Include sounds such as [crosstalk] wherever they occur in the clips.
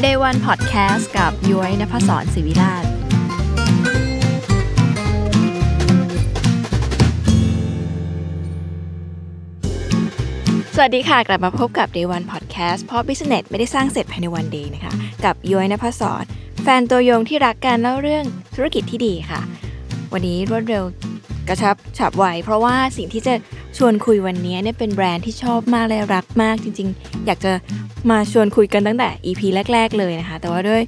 เดวันพอดแคสต์กับย้อยนภศรศิวิราช สวัสดีค่ะ กลับมาพบกับ Day One Podcast เพราะ Business ไม่ได้สร้างเสร็จภายในวันเดียวนะคะ กับย้อยนภศรแฟนตัวยงที่รักการเล่าเรื่องธุรกิจที่ดีค่ะ วันนี้รวดเร็วกระชับฉับไวเพราะว่าสิ่งที่จะชวนคุยวันนี้เนี่ยเป็นแบรนด์ที่ชอบมากและรักมากจริง ๆ อยากจะมาชวนคุยกันตั้งแต่ EP แรก ๆ เลยนะคะ แต่ว่าด้วย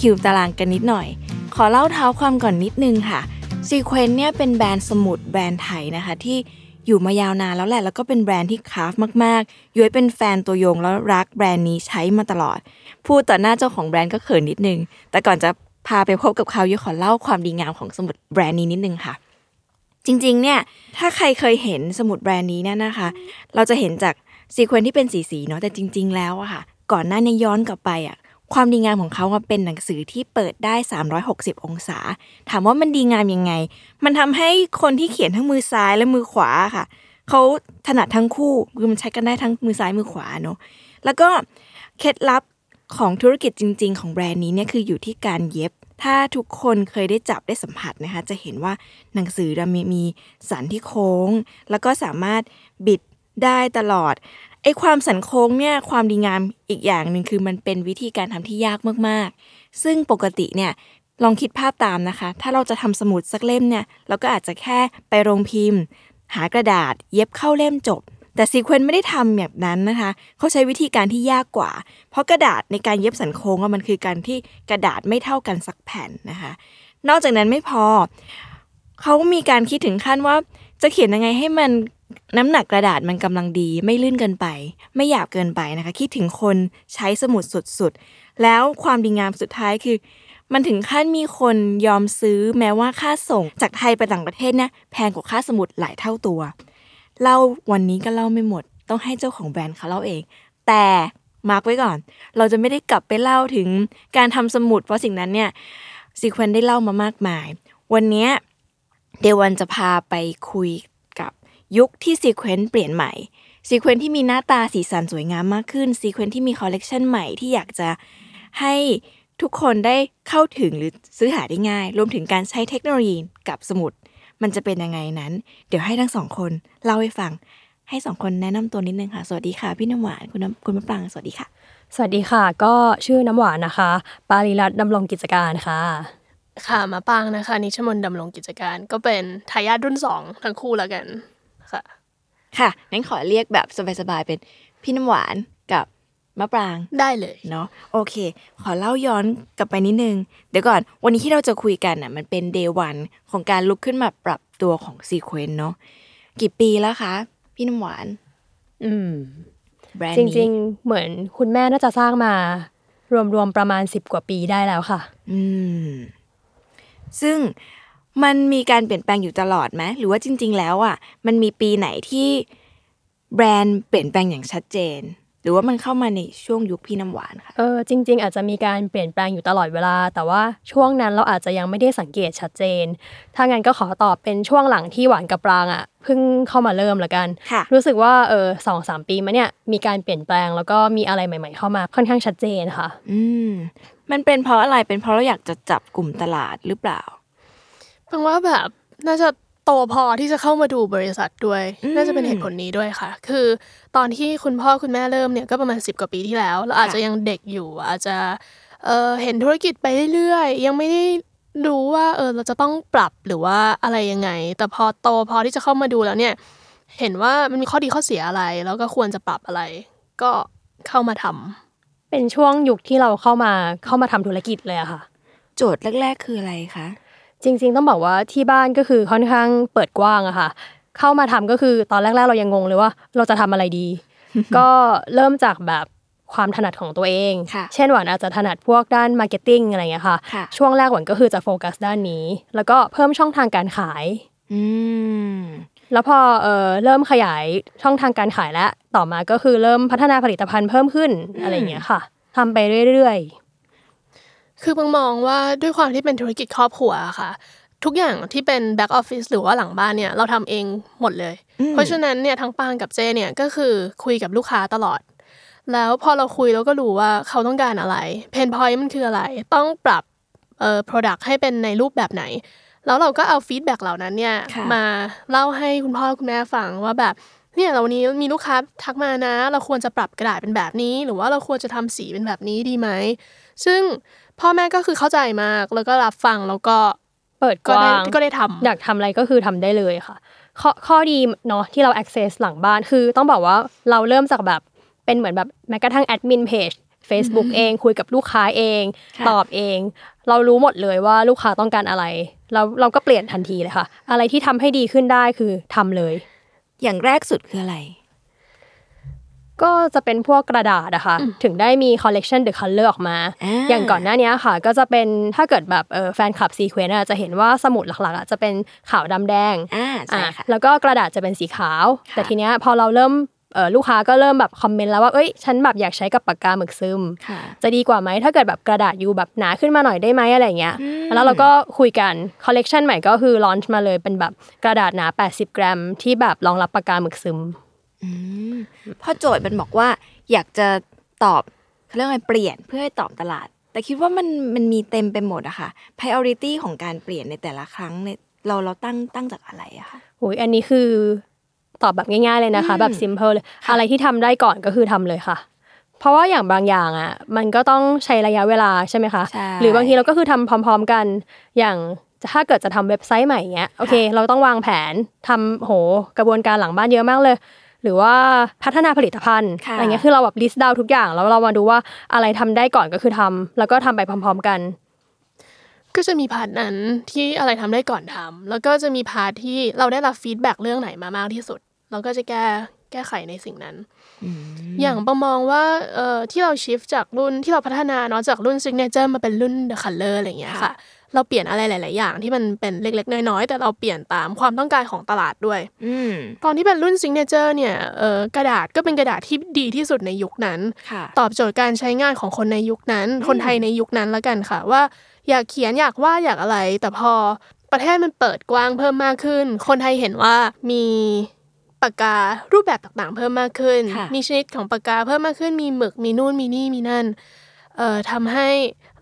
คิวตารางกันนิดหน่อย ขอเล่าเท้าความก่อนนิดนึงค่ะ ซีเควนเนี่ยเป็นแบรนด์สมุดแบรนด์ไทยนะคะ ที่อยู่มายาวนานแล้วแหละ แล้วก็เป็นแบรนด์ที่คราฟมากๆย้อยเป็นแฟนตัวยงแล้วรักแบรนด์นี้ใช้มาตลอด พูดต่อหน้าเจ้าของแบรนด์ก็เขินนิดนึง แต่ก่อนจะพาไปพบกับเขาย้อยขอเล่าความดีงามของสมุดแบรนด์นี้นิดนึงค่ะ จริงๆ เนี่ย ถ้าใครเคยเห็นสมุดแบรนด์นี้เนี่ยนะคะ เราจะเห็นจากซีเควนซ์ที่เป็นสีๆ เนาะ แต่จริง ๆ แล้วอะค่ะ ก่อนหน้านี้ย้อนกลับไปอะความดีงามของเขาอะเป็นหนังสือที่เปิดได้ 360 องศา ถามว่ามันดีงามยังไง มันทำให้คนที่เขียนทั้งมือซ้ายและมือขวาค่ะ เขาถนัดทั้งคู่ คือมันใช้กันได้ทั้งมือซ้ายมือขวาเนาะ แล้วก็เคล็ดลับของธุรกิจจริง ๆ ของแบรนด์นี้เนี่ยคืออยู่ที่การเย็บ ถ้าทุกคนเคยได้จับได้สัมผัสนะคะ จะเห็นว่าหนังสือเรามีมีสันที่โค้ง แล้วก็สามารถบิดได้ตลอดไอ้ความสันโค้งเนี่ยความดีงามอีกอย่างหนึ่งคือมันเป็นวิธีการทำที่ยากมากๆ ซึ่งปกติเนี่ย ลองคิดภาพตามนะคะ ถ้าเราจะทำสมุดสักเล่มเนี่ย เราก็อาจจะแค่ไปโรงพิมพ์ หากระดาษเย็บเข้าเล่มจบ แต่ซีเควนต์ไม่ได้ทำแบบนั้นนะคะ เขาใช้วิธีการที่ยากกว่า เพราะกระดาษในการเย็บสันโค้งอะมันคือการที่กระดาษไม่เท่ากันสักแผ่นนะคะ นอกจากนั้นไม่พอ เขามีการคิดถึงขั้นว่า จะเขียนยังไงให้มันน้ำหนักกระดาษมันกำลังดี ไม่ลื่นเกินไป ไม่หยาบเกินไปนะคะ คิดถึงคนใช้สมุดสุดๆ แล้วความดีงามสุดท้ายคือ มันถึงขั้นมีคนยอมซื้อแม้ว่าค่าส่งจากไทยไปต่างประเทศเนะแพงกว่าค่าสมุดหลายเท่าตัว เล่าวันนี้ก็เล่าไม่หมด ต้องให้เจ้าของแบรนด์เขาเล่าเอง แต่มาร์กไว้ก่อน เราจะไม่ได้กลับไปเล่าถึงการทำสมุด เพราะสิ่งนั้นเนี่ยซีเควนได้เล่ามามากมาย วันเนี้ย เดวันจะพาไปคุยกับยุคที่ซีเควนต์เปลี่ยนใหม่ ซีเควนต์ที่มีหน้าตาสีสันสวยงามมากขึ้น ซีเควนต์ที่มีคอลเลกชันใหม่ที่อยากจะให้ทุกคนได้เข้าถึงหรือซื้อหาได้ง่าย รวมถึงการใช้เทคโนโลยีกับสมุด มันจะเป็นยังไงนั้น เดี๋ยวให้ทั้งสองคนเล่าให้ฟัง ให้สองคนแนะนำตัวนิดนึงค่ะ สวัสดีค่ะ พี่น้ำหวานคุณน้ำคุณมะปรางสวัสดีค่ะ สวัสดีค่ะ ก็ชื่อน้ำหวานนะคะ ปาริรัตน์ดำรงกิจการค่ะ ค่ะมาปางนะคะ นิชมนต์ดำรงกิจการก็เป็นทายาทรุ่นสองทั้งคู่แล้วกันค่ะ ค่ะงั้นขอเรียกแบบสบายๆเป็นพี่น้ำหวานกับมะปราง ได้เลย เนาะโอเค ขอเล่าย้อนกลับไปนิดนึง เดี๋ยวก่อน วันนี้ที่เราจะคุยกันน่ะมันเป็น day one ของการลุกขึ้นมาปรับตัวของซีเควนเนาะกี่ปีแล้วคะ พี่น้ำหวาน อืม แบรนด์ จ นี้ ริงๆ เหมือนคุณแม่น่าจะสร้างมา รวมๆ ประมาณ 10 กว่าปีได้แล้วค่ะ อืม ซึ่งมันมีการเปลี่ยนแปลงอยู่ตลอดไหมหรือว่าจริง ๆ แล้วอ่ะมันมีปีไหนที่แบรนด์เปลี่ยนแปลงอย่างชัดเจน หรือว่ามันเข้ามาในช่วงยุคพี่น้ำหวานคะ เออจริง ๆ อาจจะมีการเปลี่ยนแปลงอยู่ตลอดเวลา แต่ว่าช่วงนั้นเราอาจจะยังไม่ได้สังเกตชัดเจน ถ้างั้นก็ขอตอบเป็นช่วงหลังที่หวานกับปรางอะ่ะเพิ่งเข้ามาเริ่มละกัน ค่ะ รู้สึกว่าเออสองสามปีมาเนี่ยมีการเปลี่ยนแปลงแล้วก็มีอะไรใหม่ ๆ เข้ามาค่อนข้างชัดเจนค่ะ อืม มันเป็นเพราะอะไรเป็นเพราะเราอยากจะจับกลุ่มตลาดหรือเปล่า เพิ่งว่าแบบน่าจะโตพอที่จะเข้ามาดูบริษัทด้วย อืม น่าจะเป็นเหตุผลนี้ด้วยค่ะ คือตอนที่คุณพ่อคุณแม่เริ่มเนี่ยก็ประมาณ 10 กว่าปีที่แล้วเราอาจจะยังเด็กอยู่ อาจจะเออเห็นธุรกิจไปเรื่อยๆ ยังไม่ได้รู้ว่าเออเราจะต้องปรับหรือว่าอะไรยังไง แต่พอโตพอที่จะเข้ามาดูแล้วเนี่ย เห็นว่ามันมีข้อดีข้อเสียอะไร แล้วก็ควรจะปรับอะไร ก็เข้ามาทำ เป็นช่วงยุคที่เราเข้ามาเข้ามาทำธุรกิจเลยอะค่ะ โจทย์แรก ๆ คืออะไรคะ จริง ๆ ต้องบอกว่าที่บ้านก็คือค่อนข้างเปิดกว้างอะค่ะ เข้ามาทำก็คือตอนแรก ๆ เรายังงงเลยว่าเราจะทำอะไรดี [laughs] ก็เริ่มจากแบบความถนัดของตัวเอง ค่ะ เช่นหวานอาจจะถนัดพวกด้านมาร์เก็ตติ้งอะไรอย่างเงี้ยค่ะ ค่ะ ช่วงแรกหวานก็คือจะโฟกัสด้านนี้ แล้วก็เพิ่มช่องทางการขาย อืม แล้วพอเอ่อเริ่มขยายช่องทางการขายแล้วต่อมาก็คือเริ่มพัฒนาผลิตภัณฑ์เพิ่มขึ้นอะไรอย่างเงี้ยค่ะทำไปเรื่อย ๆ คือบังมองว่าด้วยความที่เป็นธุรกิจครอบครัวอะค่ะ ทุกอย่างที่เป็นแบ็กออฟฟิศหรือว่าหลังบ้านเนี่ยเราทำเองหมดเลย อืม เพราะฉะนั้นเนี่ยทั้งปางกับเจเนี่ยก็คือคุยกับลูกค้าตลอด แล้วพอเราคุยเราก็รู้ว่าเขาต้องการอะไรเพนพอยต์มันคืออะไร ต้องปรับเอ่อ product ให้เป็นในรูปแบบไหน แล้วเราก็เอาฟีดแบ็กเหล่านั้นเนี่ย ค่ะ มาเล่าให้คุณพ่อคุณแม่ฟังว่าแบบเนี่ยเราวันนี้มีลูกค้าทักมานะ เราควรจะปรับกระดาษเป็นแบบนี้ หรือว่าเราควรจะทำสีเป็นแบบนี้ดีไหม ซึ่งพ่อแม่ก็คือเข้าใจมาก แล้วก็รับฟังแล้วก็ เปิดก ก็ได้ ว้าง ก็ได้ทำ อยากทำอะไรก็คือทำได้เลยค่ะ ข้อข้อดีเนาะที่เรา access หลังบ้านคือต้องบอกว่าเราเริ่มจากแบบเป็นเหมือนแบบแม้กระทั่งแอดมินเพจ [laughs] Facebook เอง คุยกับลูกค้าเอง ค่ะ ตอบเอง เรารู้หมดเลยว่าลูกค้าต้องการอะไร เราเราก็เปลี่ยนทันทีเลยค่ะ อะไรที่ทำให้ดีขึ้นได้คือทำเลย อย่างแรกสุดคืออะไร ก็จะเป็นพวกกระดาษนะคะถึงได้มี collection the color ออกมา อ่า อย่างก่อนหน้านี้ค่ะ ก็จะเป็นถ้าเกิดแบบเอ่อแฟนคลับซีเควนต์จะเห็นว่าสมุดหลักๆอ่ะจะเป็นขาวดำแดง อ่าใช่ อ่ะ ค่ะ แล้วก็กระดาษจะเป็นสีขาว ค่ะ แต่ทีเนี้ยพอเราเริ่มเอ่อลูกค้าก็เริ่มแบบคอมเมนต์แล้วว่าเอ้ยฉันแบบอยากใช้กับปากกาหมึกซึม ค่ะ จะดีกว่าไหมถ้าเกิดแบบกระดาษอยู่แบบหนาขึ้นมาหน่อยได้ไหมอะไรเงี้ย อืม แล้วเราก็คุยกันคอลเลกชันใหม่ก็คือลอนช์มาเลยเป็นแบบกระดาษหนา 80 กรัม ที่แบบรองรับปากกาหมึกซึม อืมเพอโจทย์มันบอกว่า อยากจะตอบเขาเรื่องอะไรเปลี่ยนเพื่อให้ตอบตลาด แต่คิดว่ามันมันมีเต็มไปหมดอะค่ะ priority ของการเปลี่ยนในแต่ละครั้งเนี่ยเราเราตั้งตั้งจากอะไรอะคะ โอ้ยอันนี้คือตอบแบบง่าย ๆเลยนะคะ อืม แบบ simple เลย ค่ะ อะไรที่ทำได้ก่อนก็คือทำเลยค่ะ เพราะว่าอย่างบางอย่างอ่ะมันก็ต้องใช้ระยะเวลาใช่ไหมคะ ใช่ หรือบางทีเราก็คือทำพร้อม ๆกันอย่างถ้าเกิดจะทำเว็บไซต์ใหม่เงี้ยโอเค เราต้องวางแผนทำโหกระบวนการหลังบ้านเยอะมากเลย หรือว่าพัฒนาผลิตภัณฑ์ ค่ะ อะไรเงี้ยคือเราแบบ list down ทุกอย่างแล้วเรามาดูว่าอะไรทำได้ก่อนก็คือทำแล้วก็ทำไปพร้อม ๆ กัน ก็จะมีพาร์ทนั้นที่อะไรทำได้ก่อนทำแล้วก็จะมีพาร์ทที่เราได้รับฟีดแบ็กเรื่องไหนมามากที่สุด เราก็จะแก้แก้ไขในสิ่งนั้น อย่างประมองว่าเอ่อที่เราชิฟจากรุ่นที่เราพัฒนาเนาะจากรุ่นซิกเนเจอร์มาเป็นรุ่นเดอะคัลเลอร์อะไรอย่างเงี้ย ค่ะ ค่ะ เราเปลี่ยนอะไรหลาย ๆ อย่างที่มันเป็นเล็ก ๆ น้อย ๆ แต่เราเปลี่ยนตามความต้องการของตลาดด้วย อืม ตอนที่เป็นรุ่นซิกเนเจอร์เนี่ยเอ่อกระดาษก็เป็นกระดาษที่ดีที่สุดในยุคนั้น ค่ะ ตอบโจทย์การใช้งานของคนในยุคนั้น คนไทยในยุคนั้นละกันค่ะ ว่าอยากเขียนอยากวาดอยากอะไร แต่พอประเทศมันเปิดกว้างเพิ่มมากขึ้น คนไทยเห็นว่ามีปากการูปแบบต่างๆ เพิ่มมากขึ้น ค่ะ มีชนิดของปากกาเพิ่มมากขึ้น มีหมึกมีนู่นมีนี่มีนั่นเอ่อทำให้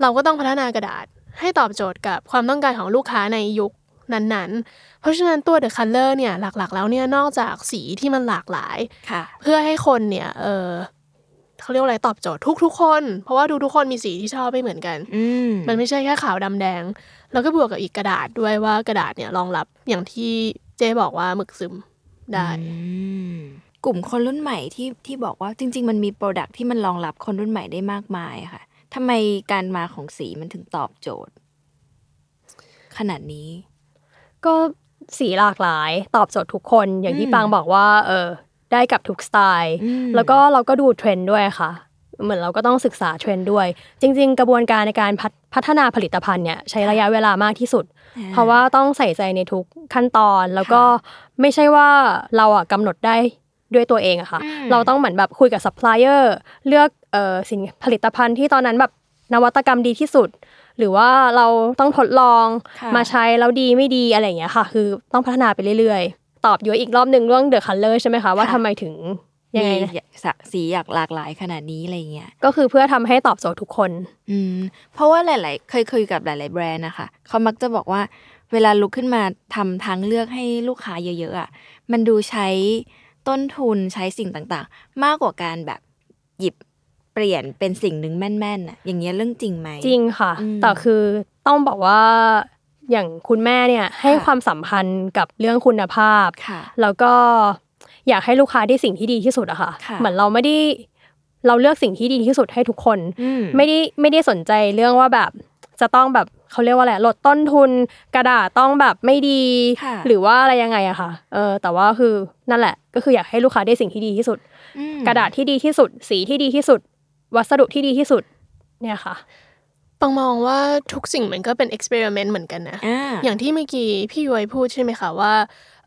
เราก็ต้องพัฒนากระดาษ ให้ตอบโจทย์กับความต้องการของลูกค้าในยุคนั้นๆ เพราะฉะนั้นตัว The Color เนี่ยหลักๆ แล้วเนี่ยนอกจากสีที่มันหลากหลาย ค่ะ เพื่อให้คนเนี่ยเออเขาเรียกว่าอะไรตอบโจทย์ทุกๆ คน เพราะว่าดูทุกคนมีสีที่ชอบไม่เหมือนกัน อืม มันไม่ใช่แค่ขาวดำแดง แล้วก็บวกกับอีกกระดาษด้วยว่ากระดาษเนี่ยรองรับอย่างที่เจ๊บอกว่าหมึกซึมได้ อืมกลุ่มคนรุ่นใหม่ที่ที่บอกว่าจริง ๆ มันมีโปรดักที่มันรองรับคนรุ่นใหม่ได้มากมายอะค่ะทำไมการมาของสีมันถึงตอบโจทย์ ขนาดนี้ ก็สีหลากหลายตอบโจทย์ทุกคนอย่างที่ปางบอกว่าเออได้กับทุกสไตล์ อืม แล้วก็เราก็ดูเทรนด์ด้วยค่ะ เหมือนเราก็ต้องศึกษาเทรนด์ด้วย จริง ๆ กระบวนการในการพัฒพัฒนาผลิตภัณฑ์เนี่ยใช้ระยะเวลามากที่สุด เพราะว่าต้องใส่ใจในทุกขั้นตอนแล้วก็ไม่ใช่ว่าเราอ่ะกำหนดได้ด้วยตัวเองอะค่ะ เราต้องเหมือนแบบคุยกับซัพพลายเออร์เลือกเอ่อสินผลิตภัณฑ์ที่ตอนนั้นแบบนวัตกรรมดีที่สุด หรือว่าเราต้องทดลอง ค่ะ มาใช้แล้วดีไม่ดีอะไรอย่างเงี้ยค่ะ คือต้องพัฒนาไปเรื่อยๆ ตอบย้อยอีกรอบหนึ่งเรื่องเดอะคัลเลอร์ใช่ไหมคะว่าทำไมถึงยังไงนะ มีสะสีอยากหลากหลายขนาดนี้อะไรเงี้ย ก็คือเพื่อทำให้ตอบโจทย์ทุกคน อืมเพราะว่าหลาย ๆ เคยคุยกับหลาย ๆ แบรนด์นะคะเขามักจะบอกว่า เวลาลุกขึ้นมาทำทางเลือกให้ลูกค้าเยอะ ๆ อ่ะ มันดูใช้ต้นทุนใช้สิ่งต่าง ๆ มากกว่าการแบบหยิบเปลี่ยนเป็นสิ่งหนึ่งแม่น ๆ อ่ะ อย่างเงี้ยเรื่องจริงไหม จริงค่ะ อืม แต่คือต้องบอกว่าอย่างคุณแม่เนี่ยให้ ค่ะ ความสำคัญกับเรื่องคุณภาพ ค่ะ แล้วก็อยากให้ลูกค้าได้สิ่งที่ดีที่สุดอะค่ะ ค่ะ เหมือนเราไม่ได้เราเลือกสิ่งที่ดีที่สุดให้ทุกคน อืม ไม่ได้ไม่ได้สนใจเรื่องว่าแบบจะต้องแบบ เขาเรียกว่าอะไรลดต้นทุนกระดาษต้องแบบไม่ดี ค่ะ หรือว่าอะไรยังไงอะค่ะเออแต่ว่าคือนั่นแหละ ก็คืออยากให้ลูกค้าได้สิ่งที่ดีที่สุด อืม กระดาษที่ดีที่สุด สีที่ดีที่สุด วัสดุที่ดีที่สุดเนี่ยค่ะ ปังมองว่าทุกสิ่งมันก็เป็นเอ็กซ์เพร์เมนต์เหมือนกันนะ อ่า อย่างที่เมื่อกี้พี่ย้อยพูดใช่ไหมคะว่า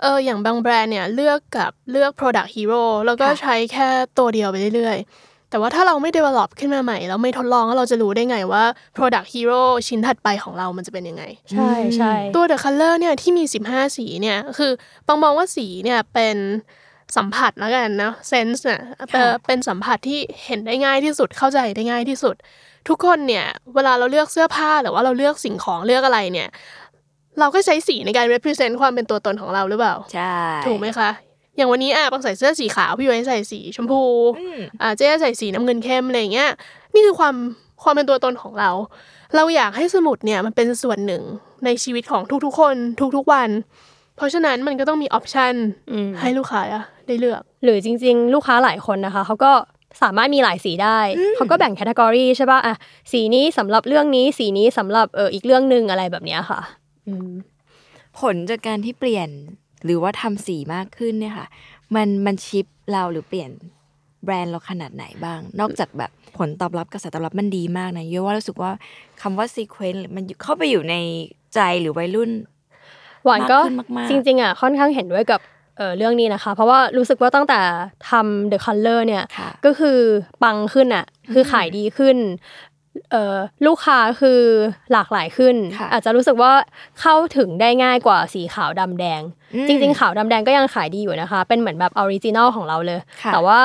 เอออย่างบางแบรนด์เนี่ยเลือกกับเลือก Product Hero แล้วก็ ค่ะ ใช้แค่ตัวเดียวไปเรื่อยๆ แต่ว่าถ้าเราไม่ develop ขึ้นมาใหม่ แล้วไม่ทดลองแล้วเราจะรู้ได้ไงว่า Product Hero ชิ้นถัดไปของเรามันจะเป็นยังไง ใช่ใช่ ตัว The Color เนี่ยที่มี 15 สีเนี่ยคือปังมองว่าสีเนี่ยเป็นสัมผัสแล้วกันนะเซนส์เนี่ยเอ่อเป็นสัมผัสที่เห็นได้ง่ายที่สุดเข้าใจได้ง่ายที่สุด ทุกคนเนี่ยเวลาเราเลือกเสื้อผ้าหรือว่าเราเลือกสิ่งของเลือกอะไรเนี่ย เราก็ใช้สีในการ represent ความเป็นตัวตนของเราหรือเปล่า ใช่ ถูกไหมคะ อย่างวันนี้อ่ะปังใส่เสื้อสีขาวพี่ย้อยใส่สีชมพู อืม อ่าเจ๊ใส่สีน้ำเงินเข้มอะไรอย่างเงี้ยนี่คือความความเป็นตัวตนของเรา เราอยากให้สมุดเนี่ยมันเป็นส่วนหนึ่งในชีวิตของทุกๆ คนทุกๆวัน เพราะฉะนั้นมันก็ต้องมีออปชัน อืม ให้ลูกค้าอะได้เลือก หรือจริงๆ ลูกค้าหลายคนนะคะเขาก็สามารถมีหลายสีได้ เขาก็แบ่งแคตตากรีใช่ป่ะอ่ะสีนี้สำหรับเรื่องนี้สีนี้สำหรับเอออีกเรื่องหนึ่งอะไรแบบเนี้ยค่ะ ผลจากการที่เปลี่ยนหรือว่าทำสีมากขึ้นเนี่ยค่ะ มันมันชิปเราหรือเปลี่ยนแบรนด์เราขนาดไหนบ้าง นอกจากแบบผลตอบรับกระแสตอบรับมันดีมากนะเยอะว่ารู้สึกว่าคำว่าซีเควนต์มันอยู่เข้าไปอยู่ในใจหรือวัยรุ่น หวานก็ มากขึ้นมากๆ จริงๆอ่ะค่อนข้างเห็นด้วยกับเออเรื่องนี้นะคะ เพราะว่ารู้สึกว่าตั้งแต่ทำ The Color เนี่ย ค่ะ ก็คือปังขึ้นอ่ะ คือขายดีขึ้นเอ่อลูกค้าคือหลากหลายขึ้น ค่ะ อาจจะรู้สึกว่าเข้าถึงได้ง่ายกว่าสีขาวดำแดง จริง ๆ ขาวดำแดงก็ยังขายดีอยู่นะคะ เป็นเหมือนแบบออริจินอลของเราเลย ค่ะ แต่ว่า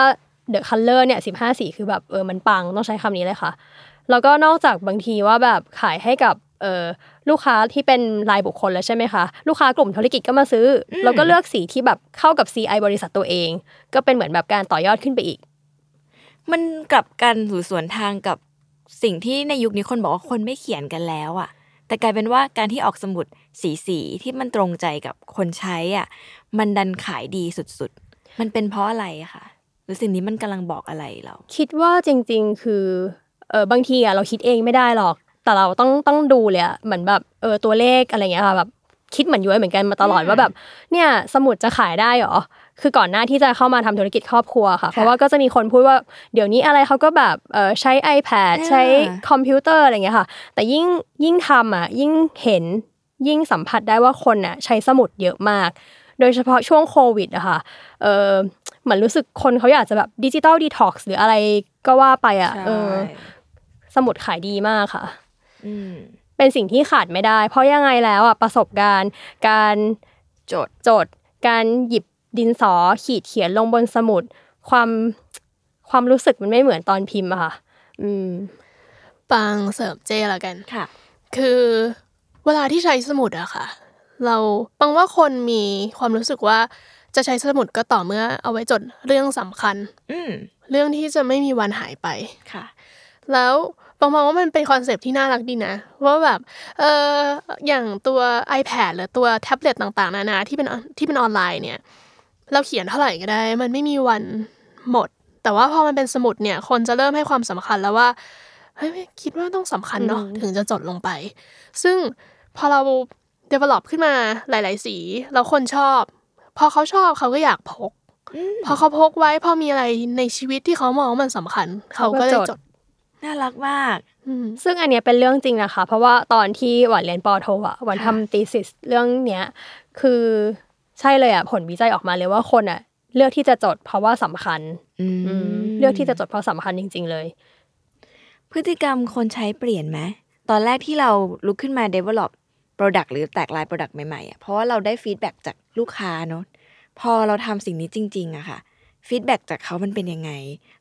เดอะคัลเลอร์เนี่ยสิบห้าสีคือแบบเออมันปังต้องใช้คำนี้เลยค่ะ แล้วก็นอกจากบางทีว่าแบบขายให้กับเออลูกค้าที่เป็นรายบุคคลแล้วใช่ไหมคะ ลูกค้ากลุ่มธุรกิจก็มาซื้ออแล้วก็เลือกสีที่แบบเข้ากับ CI บริษัทตัวเอง ก็เป็นเหมือนแบบการต่อยอดขึ้นไปอีก มันกลับกันหรือสวนทางกับสิ่งที่ในยุคนี้คนบอกว่าคนไม่เขียนกันแล้วอะแต่กลายเป็นว่าการที่ออกสมุดสีสีๆที่มันตรงใจกับคนใช้อะมันดันขายดีสุดๆ มันเป็นเพราะอะไรอะคะหรือสิ่งนี้มันกำลังบอกอะไรเรา คิดว่าจริงๆ คือเออบางทีอะเราคิดเองไม่ได้หรอก แต่เราต้องต้องดูเลยอะเหมือนแบบเออตัวเลขอะไรเงี้ยค่ะแบบคิดเหมือนย้อยเหมือนกันมาตลอดว่าแบบเนี่ยสมุดจะขายได้เหรอ คือก่อนหน้าที่จะเข้ามาทำธุรกิจครอบครัวค่ะ เพราะว่าก็จะมีคนพูดว่าเดี๋ยวนี้อะไรเขาก็แบบเออใช้ iPad อ่า ใช้คอมพิวเตอร์อะไรเงี้ยค่ะ แต่ยิ่งยิ่งทำอะยิ่งเห็นยิ่งสัมผัสได้ว่าคนอะใช้สมุดเยอะมาก โดยเฉพาะช่วงโควิดอะค่ะ เออเหมือนรู้สึกคนเขาอยากจะแบบดิจิตอลดีท็อกซ์หรืออะไรก็ว่าไปอ่ะเออสมุดขายดีมากค่ะ อืม เป็นสิ่งที่ขาดไม่ได้ เพราะยังไงแล้วอ่ะประสบการณ์ การ จด จด การหยิบดินสอขีดเขียนลงบนสมุด ความความรู้สึกมันไม่เหมือนตอนพิมพ์อะค่ะ อืม ปังเสิร์ฟเจแล้วกัน ค่ะ คือเวลาที่ใช้สมุดอะค่ะ เราปังว่าคนมีความรู้สึกว่าจะใช้สมุดก็ต่อเมื่อเอาไว้จดเรื่องสำคัญ อืม เรื่องที่จะไม่มีวันหายไป ค่ะ แล้วปองมองว่ามันเป็นคอนเซปต์ที่น่ารักดีนะ ว่าแบบเอออย่างตัว iPad หรือตัวแท็บเล็ตต่างๆ นานาที่เป็นที่เป็นออนไลน์เนี่ย เราเขียนเท่าไหร่ก็ได้ มันไม่มีวันหมด แต่ว่าพอมันเป็นสมุดเนี่ย คนจะเริ่มให้ความสำคัญแล้วว่าเฮ้ยคิดว่าต้องสำคัญเนาะถึงจะจดลงไป ซึ่งพอเรา develop ขึ้นมาหลายๆ สีแล้วคนชอบ พอเขาชอบเขาก็อยากพก พอเขาพกไว้พอมีอะไรในชีวิตที่เขามองว่ามันสำคัญ เขาก็เลย เขาก็จ จ ด ด น่ารักมาก อืม ซึ่งอันเนี้ยเป็นเรื่องจริงนะคะ เพราะว่าตอนที่หวานเรียนปอโทอ่ะหวานทำ thesis เรื่องเนี้ยคือใช่เลยอ่ะผลวิจัยออกมาเลยว่าคนอ่ะ เลือกที่จะจดเพราะว่าสำคัญ อืม อืมเลือกที่จะจดเพราะสำคัญจริง ๆ เลย พฤติกรรมคนใช้เปลี่ยนไหม ตอนแรกที่เราลุกขึ้นมา develop product หรือแตกลาย product ใหม่ๆอะเพราะว่าเราได้ feedback จากลูกค้าเนอะพอเราทำสิ่งนี้จริง ๆอะค่ะ feedback จากเขามันเป็นยังไง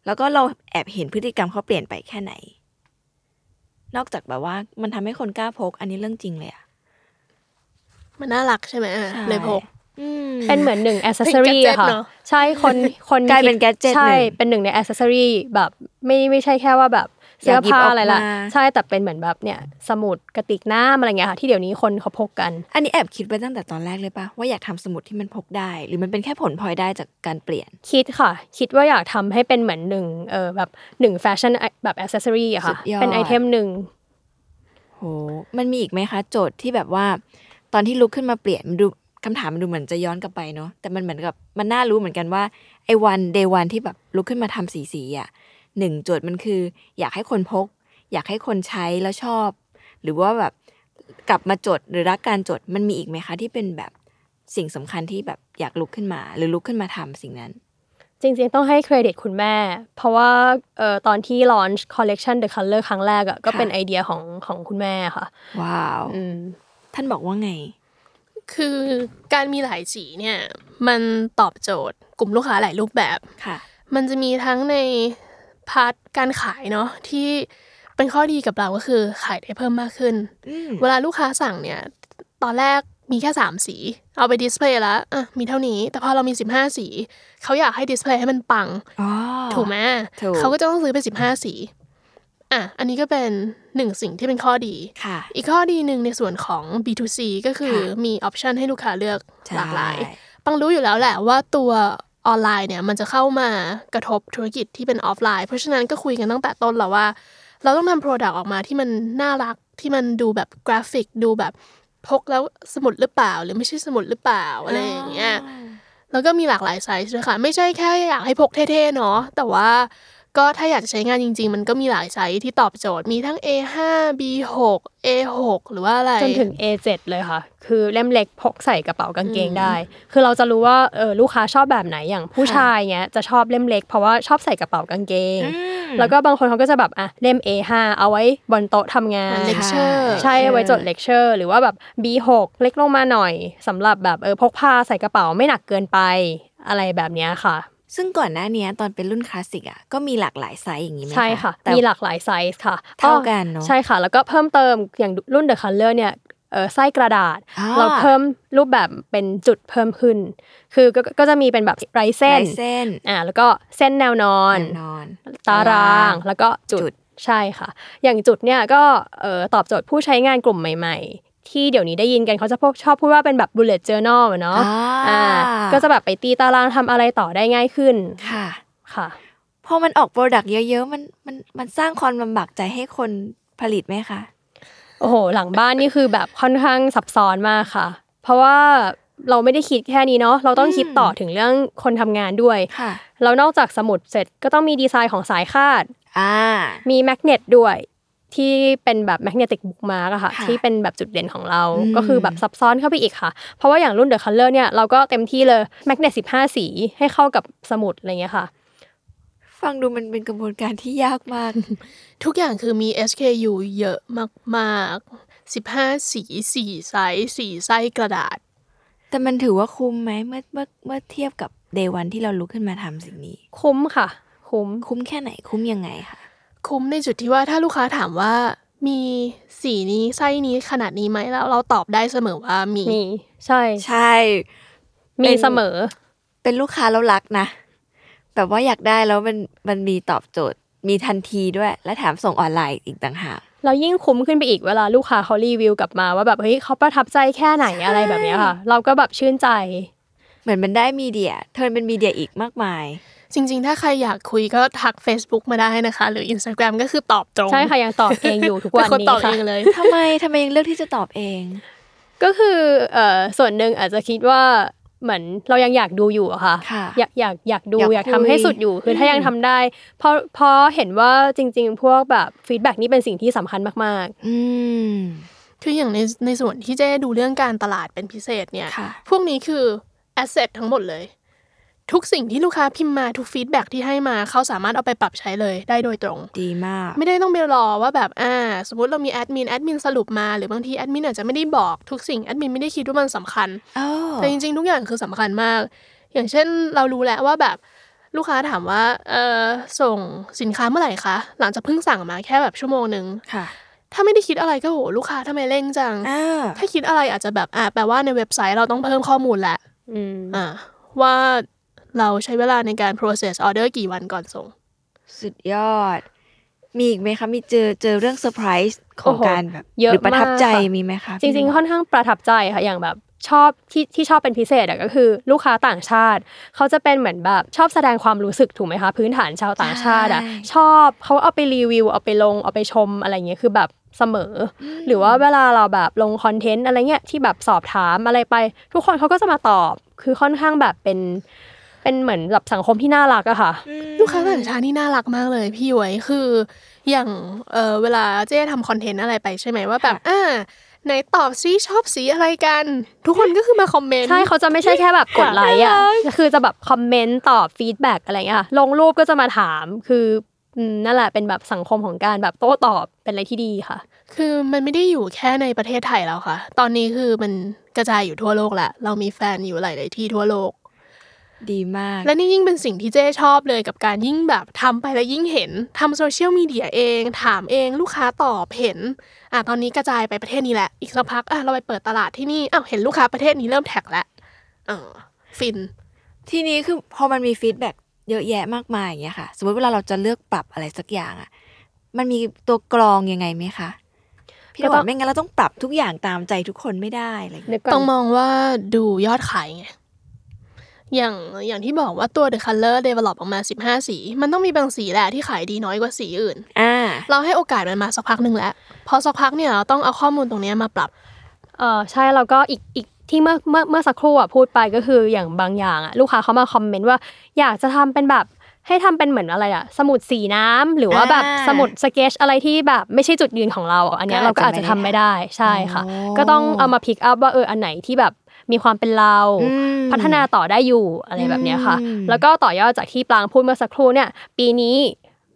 แล้วก็เราแอบเห็นพฤติกรรมเขาเปลี่ยนไปแค่ไหน นอกจากแบบว่ามันทำให้คนกล้าพก อันนี้เรื่องจริงเลยอะ มันน่ารักใช่ไหมอ่ะเลยพก อืม เป็นเหมือน [laughs] หนึ่ง เป็น accessory gadget อะค่ะ เนอะ ใช่คนคน กลายเป็น gadget ใช่ หนึ่ง เป็นหนึ่งใน accessory แบบไม่ไม่ใช่แค่ว่าแบบเสื้ออย ากหยิบ ผ้า ออก อะไรละ มา ใช่แต่เป็นเหมือนแบบเนี่ยสมุดกระติกน้ำอะไรเงี้ยค่ะที่เดี๋ยวนี้คนเขาพกกัน อันนี้แอบคิดไว้ตั้งแต่ตอนแรกเลยปะว่าอยากทำสมุดที่มันพกได้ หรือมันเป็นแค่ผลพลอยได้จากการเปลี่ยน คิดค่ะ คิดว่าอยากทำให้เป็นเหมือนหนึ่งเออแบบหนึ่งแฟชั่นแบบอ c เซสซอรี่อะ สุ ค่ะ ดยอด เป็นไอเทมหนึ่ง โห โหมันมีอีกไหมคะ โจทย์ที่แบบว่า ตอนที่ลุกขึ้นมาเปลี่ยนมันดูคำถามมันดูเหมือนจะย้อนกลับไปเนาะแต่มันเหมือนกับมันน่ารู้เหมือนกันว่าไอ้วันเดวันที่แบบลุกขึ้นมาทำสีสีอ่ะหนึ่งโจทย์มันคือ อยากให้คนพก อยากให้คนใช้แล้วชอบ หรือว่าแบบกลับมาจดหรือรักการจดมันมีอีกไหมคะที่เป็นแบบสิ่งสำคัญที่แบบอยากลุกขึ้นมา หรือลุกขึ้นมาทำสิ่งนั้น จริงๆ ต้องให้เครดิตคุณแม่ เพราะว่าเอ่อตอนที่ launch collection The Color ครั้งแรกอะก็เป็น ค่ะ ไอเดียของของคุณแม่ค่ะ ว้าว อืม ท่านบอกว่าไง คือการมีหลายสีเนี่ย มันตอบโจทย์กลุ่มลูกค้าหลายรูปแบบ ค่ะ มันจะมีทั้งในพาร์ทการขายเนาะที่เป็นข้อดีกับเราก็คือขายได้เพิ่มมากขึ้น อืม เวลาลูกค้าสั่งเนี่ย ตอนแรกมีแค่ 3 สี เอาไปดิสเพลย์แล้วอ่ะมีเท่านี้ แต่พอเรามี 15 สี เขาอยากให้ดิสเพลย์ให้มันปัง อ๋อ ถูกไหม ถูก เขาก็จะต้องซื้อไป 15 สี อ่ะ อันนี้ก็เป็นหนึ่งสิ่งที่เป็นข้อดี ค่ะ อีกข้อดีหนึ่งในส่วนของ B2C ก็คือ ค่ มีออปชันให้ลูกค้าเลือกหลากหลาย ใช่ ปังรู้อยู่แล้วแหละว่าตัวออนไลน์เนี่ยมันจะเข้ามากระทบธุรกิจที่เป็นออฟไลน์ เพราะฉะนั้นก็คุยกันตั้งแต่ต้นแล้วว่า เราต้องทำโปรดักต์ออกมาที่มันน่ารักที่มันดูแบบกราฟิก ดูแบบพกแล้วสมุดหรือเปล่า หรือไม่ใช่สมุดหรือเปล่าอะไรอย่างเงี้ย แล้วก็มีหลากหลายไซส์ด้วยค่ะ ไม่ใช่แค่อยากให้พกเท่ๆเนาะแต่ว่าก็ถ้าอยากจะใช้งานจริง ๆ มันก็มีหลายไซส์ที่ตอบโจทย์มีทั้ง A5 B6 A6 หรือว่าอะไร จนถึง A7 เลยค่ะ คือเล่มเล็กพกใส่กระเป๋ากางเกงได้ คือเราจะรู้ว่าเออลูกค้าชอบแบบไหนอย่างผู้ชายเงี้ยจะชอบเล่มเล็ก เพราะว่าชอบใส่กระเป๋ากางเกง แล้วก็บางคนเขาก็จะแบบอ่ะเล่ม A5 เอาไว้บนโต๊ะทำงาน เลคเชอร์ ใช่ไว้จดเลคเชอร์หรือว่าแบบ B6 เล็กลงมาหน่อยสำหรับแบบเออพกพาใส่กระเป๋าไม่หนักเกินไปอะไรแบบเนี้ยค่ะ ซึ่งก่อนหน้าเนี้ยตอนเป็นรุ่นคลาสสิกอ่ะก็มีหลากหลายไซส์อย่างนี้ไหม ใช่ค่ะ แต่ มีหลากหลายไซส์ค่ะ เท่ากันเนอะ ใช่ค่ะ แล้วก็เพิ่มเติมอย่างรุ่น The Color เนี่ยเออไส้กระดาษ อ่า เราเพิ่มรูปแบบเป็นจุดเพิ่มขึ้น คือก็ก็จะมีเป็นแบบไรเส้น ลายเส้น อ่าแล้วก็เส้นแนวนอน นอน ตารางแล้วก็จุ จุ ด ด ใช่ค่ะ อย่างจุดเนี่ยก็เอ่อตอบโจทย์ผู้ใช้งานกลุ่มใหม่ ๆ ที่เดี๋ยวนี้ได้ยินกันเขาจะพวกชอบพูดว่าเป็นแบบ bullet journal อะเนาะ อ่า อ่าก็จะแบบไปตีตารางทำอะไรต่อได้ง่ายขึ้น ค่ะ ค่ะ พอมันออกโปรดักต์เยอะๆ มันมันมันสร้างความลำบากใจให้คนผลิตไหมคะ โอ้โห หลังบ้านนี่คือแบบค่อนข้างซับซ้อนมากค่ะ เพราะว่าเราไม่ได้คิดแค่นี้เนาะเราต้องคิดต่อถึงเรื่องคนทำงานด้วย ค่ะ แล้วนอกจากสมุดเสร็จก็ต้องมีดีไซน์ของสายคาด อ่า มีแมกเนตด้วยที่เป็นแบบแมกเนติกบุ๊กมาร์กอะค่ะ ค่ะ ที่เป็นแบบจุดเด่นของเรา อืม ก็คือแบบซับซ้อนเข้าไปอีกค่ะ เพราะว่าอย่างรุ่นเดอะคัลเลอร์เนี่ยเราก็เต็มที่เลยแมกเนตสิบห้าสีให้เข้ากับสมุดอะไรเงี้ยค่ะ ฟังดูมันเป็นกระบวนการที่ยากมาก [laughs] ทุกอย่างคือมี SKU เยอะมากๆ 15 สี 4 ไซส์4ไส้กระดาษ แต่มันถือว่าคุ้มไหมเมื่อเมื่อเมื่อเทียบกับเดวันที่เราลุกขึ้นมาทำสิ่งนี้ คุ้มค่ะ คุ้ม คุ้มแค่ไหนคุ้มยังไงคะ คุ้มในจุดที่ว่าถ้าลูกค้าถามว่ามีสีนี้ไส้นี้ขนาดนี้ไหมแล้วเราตอบได้เสมอว่ามี มีใช่ ใช่ มีเสมอ เป็นลูกค้าแล้วรักนะ แบบว่าอยากได้แล้วมันมันมีตอบโจทย์ มีทันทีด้วย และแถมส่งออนไลน์อีกต่างหาก เรายิ่งคุ้มขึ้นไปอีกเวลาลูกค้าเขารีวิวกลับมาว่าแบบเฮ้ยเขาประทับใจแค่ไหนอะไรแบบเนี้ยค่ะ เราก็แบบชื่นใจ เหมือนมันได้มีเดีย เทิร์นเป็นมีเดียอีกมากมาย จริงๆ ถ้าใครอยากคุยก็ทัก Facebook มาได้นะคะ หรือ Instagram ก็คือตอบตรง ใช่ค่ะยังตอบเองอยู่ทุกวัน เป็นคน นี้ ตอบ ค่ะ เองเลย ทำไมทำไมยังเลือกที่จะตอบเอง ก็คือเอ่อส่วนหนึ่งอาจจะคิดว่าเหมือนเรายังอยากดูอยู่อะค่ะ ค่ะ อยากอยากอยากดู อยาก อยาก คุ ทำ ย ให้สุดอยู่คือถ้ายังทำได้เพราะเพราะเห็นว่าจริง ๆ พวกแบบฟีดแบ็นี่เป็นสิ่งที่สำคัญมาก อืม คืออย่างในในส่วนที่เจ้ดูเรื่องการตลาดเป็นพิเศษเนี่ย ค่ะ พวกนี้คือแอสเซททั้งหมดเลย ทุกสิ่งที่ลูกค้าพิมพ์มาทุกฟีดแบ็ที่ให้มาเขาสามารถเอาไปปรับใช้เลยได้โดยตรง ดีมาก ไม่ได้ต้องไปรอว่าแบบอ่าสมมติเรามีแอดมินแอดมินสรุปมาหรือบางทีแอดมินอาจจะไม่ได้บอกทุกสิ่งแอดมินไม่ได้คิดว่ามันสำคัญ โอ้ แต่จริงๆ ทุกอย่างคือสำคัญมาก อย่างเช่นเรารู้แล้วว่าแบบลูกค้าถามว่าเออส่งสินค้าเมื่อไหร่คะ หลังจากเพิ่งสั่งมาแค่แบบชั่วโมงหนึ่ง ค่ะ ถ้าไม่ได้คิดอะไรก็โหลูกค้าทำไมเร่งจัง อ่า ถ้าคิดอะไรอาจจะแบบอ่ะแปลว่าในเว็บไซต์เราต้องเพิ่มข้อมูลแหละ ๆ อืม อ่ะว่าเราใช้เวลาในการ process order กี่วันก่อนส่ง สุดยอด มีอีกไหมคะมีเจอเจอเรื่องเซอร์ไพรส์ข โอ้ อง โห การแบบ เยอะ หรือประทับใจ มากค่ะ มีไหมคะ จริงๆ ค่ ค่อนข้างประทับใจค่ะอย่างแบบชอบที่ที่ชอบเป็นพิเศษอะก็คือลูกค้าต่างชาติ เขาจะเป็นเหมือนแบบชอบแสดงความรู้สึกถูกไหมคะ พื้นฐานชาวต่างชาติอะชอบเขาเอาไปรีวิวเอาไปลงเอาไปชมอะไรเงี้ยคือแบบเสมออหรือว่าเวลาเราแบบลงคอนเทนต์อะไรเงี้ยที่แบบสอบถามอะไรไป ทุกคนเขาก็จะมาตอบคือค่อนข้างแบบเป็น เป็นเหมือนแบบสังคมที่น่ารักอะค่ะ ลูกค้าต่างชาตินี่น่ารักมากเลยพี่ย้วยคืออย่างเออเวลาเจ๊ทำคอนเทนต์อะไรไปใช่ไหมว่าแบบอ่าไหนตอบซิชอบสีอะไรกัน ทุกคนก็คือมาคอมเมนต์ ใช่เขาจะไม่ใช่แค่แบบกดไลค์อ่ะคือจะแบบคอมเมนต์ตอบฟีดแบ็กอะไรอย่างเงี้ยค่ะลงรูปก็จะมาถามคืออืมนั่นแหละเป็นแบบสังคมของการแบบโต้ตอบเป็นอะไรที่ดีค่ะ คือมันไม่ได้อยู่แค่ในประเทศไทยแล้วค่ะ ตอนนี้คือมันกระจายอยู่ทั่วโลกแหละ เรามีแฟนอยู่หลาย ๆ ที่ทั่วโลก ดีมาก และนี่ยิ่งเป็นสิ่งที่เจ้ชอบเลยกับการยิ่งแบบทำไปแล้วยิ่งเห็นทำโซเชียลมีเดียเอง ถามเองลูกค้าตอบเห็น อ่ะตอนนี้กระจายไปประเทศนี้แหละ อีกสักพักอ่ะเราไปเปิดตลาดที่นี่อ้าวเห็นลูกค้าประเทศนี้เริ่มแท็กแล้วเออฟิน ทีนี้คือพอมันมีฟีดแบ็กเยอะแยะมากมายอย่างเงี้ยค่ะ สมมติเวลาเราจะเลือกปรับอะไรสักอย่างอ่ะมันมีตัวกรองยังไงไหมคะพี่ ก็ ต ต้ อ อง นไม่งั้นเราต้องปรับทุกอย่างตามใจทุกคนไม่ได้อะไรอย่างเงี้ย นึกก่อน ต้องมองว่าดูยอดขายไง อย่างอย่างที่บอกว่าตัว The Color Develop ออกมา 15 สี มันต้องมีบางสีแหละที่ขายดีน้อยกว่าสีอื่น อ่า เราให้โอกาสมันมาสักพักหนึ่งแล้ว พอสักพักเนี่ยเราต้องเอาข้อมูลตรงเนี้ยมาปรับ เออใช่แล้วก็อีกอีกที่เมื่อเมื่อเมื่อสักครู่อ่ะพูดไปก็คืออย่างบางอย่างอ่ะลูกค้าเขามาคอมเมนต์ว่า อยากจะทำเป็นแบบให้ทำเป็นเหมือนอะไรอ่ะสมุดสีน้ำหรือว่าแบบ อ่า สมุดสเกจอะไรที่แบบไม่ใช่จุดยืนของเราอ่ะอันเนี้ย ก็ เรา อาจจะ ก็อาจจะทำ ไม่ ไม่ ได้ ได้ใช่ค่ะ อ๋อ ก็ต้องเอามาพิกอัพว่าเอออันไหนที่แบบมีความเป็นเรา อืม พัฒนาต่อได้อยู่อะไรแบบเนี้ยค่ะ อืม แล้วก็ต่อยอดจากที่ปรางพูดเมื่อสักครู่เนี่ย ปีนี้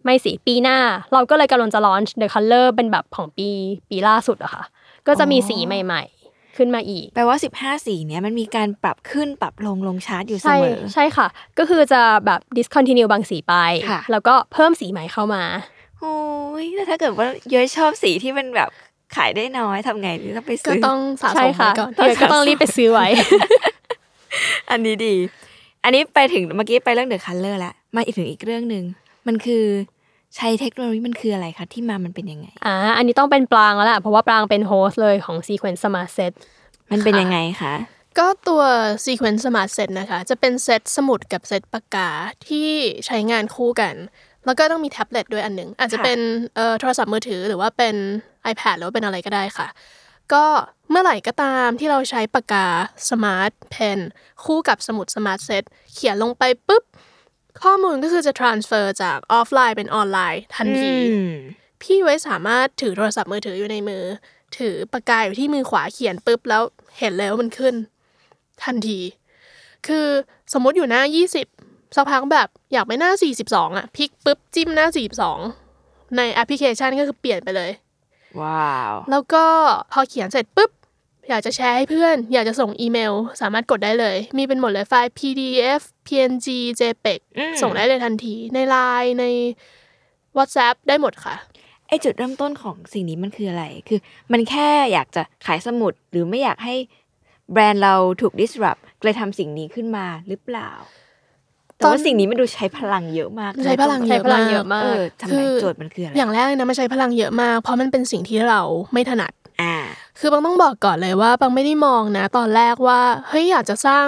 ไม่สิปีหน้า เราก็เลยกำลังจะลอนเดอะคัลเลอร์เป็นแบบของปีปีล่าสุดอะค่ะ ก็จะมีสีใหม่ ๆ ขึ้นมาอีก แปลว่า 15 สีเนี้ยมันมีการปรับขึ้นปรับลงลงชาร์ตอยู่เส ใช่ มอ ใช่ค่ะ ก็คือจะแบบ discontinue บางสีไป ค่ะ แล้วก็เพิ่มสีใหม่เข้ามา โอ้ยแล้วถ้าเกิดว่าเยอะชอบสีที่มันแบบขายได้น้อยทำไงดีต้องไป ก็ ซื้อ ต้องสะส ใช่ ม ค่ะ ไว้ก่อน เดี๋ยวก็ต้องรีบไปซื้อไว้ อันนี้ดี อันนี้ไปถึงเมื่อกี้ไปเรื่องเดอะคัลเลอร์แล้วมาอีกถึงอีกเรื่องหนึ่งมันคือใช้เทคโนโลยีมันคืออะไรคะที่มามันเป็นยังไง อ่าอันนี้ต้องเป็นปรางแล้วแหละเพราะว่าปรางเป็นโฮสต์เลยของ Sequence Smart Set มันเป็นยังไงคะ ก็ตัว Sequence Smart Set นะคะ จะเป็นเซตสมุดกับเซตปากกาที่ใช้งานคู่กัน แล้วก็ต้องมีแท็บเล็ตด้วยอันหนึ่ง อาจจะเป็นเอ่อโทรศัพท์มือถือหรือว่าเป็น iPad หรือว่าเป็นอะไรก็ได้ค่ะ ก็เมื่อไหร่ก็ตามที่เราใช้ปากกา Smart Pen คู่กับสมุด Smart Set เขียนลงไปปุ๊บ ข้อมูลก็คือจะ transfer จากออฟไลน์เป็นออนไลน์ทันที อืม พี่ไว้สามารถถือโทรศัพท์มือถืออยู่ในมือ ถือปากกาอยู่ที่มือขวาเขียนปุ๊บแล้วเห็นเลยว่ามันขึ้น ทันที คือสมมติอยู่หน้า 20สักพักแบบอยากไปหน้า 42อ่ะพลิกปุ๊บจิ้มหน้า 42 ในแอปพลิเคชันก็คือเปลี่ยนไปเลย ว้าว แล้วก็พอเขียนเสร็จปุ๊บ อยากจะแชร์ให้เพื่อน อยากจะส่งอีเมล สามารถกดได้เลย มีเป็นหมดเลยไฟล์ PDF PNG JPEG ส่งได้เลยทันที ใน Line ใน WhatsApp ได้หมดค่ะ ไอจุดเริ่มต้นของสิ่งนี้มันคืออะไร คือ มันแค่อยากจะขายสมุดหรือไม่อยากให้แบรนด์เราถูก disrupt เลยทำสิ่งนี้ขึ้นมาหรือเปล่าแต่ว่าสิ่งนี้มันดูใช้พลังเยอะมาก ใช้พลังเยอะมาก ใช้พลังเยอะมาก เออทำไมโจทย์มันคืออะไร อย่างแรกเลยนะมันใช้พลังเยอะมาก เพราะมันเป็นสิ่งที่เราไม่ถนัด อ่า คือบางต้องบอกก่อนเลยว่าบางไม่ได้มองนะ ตอนแรกว่าเฮ้ยอยากจะสร้าง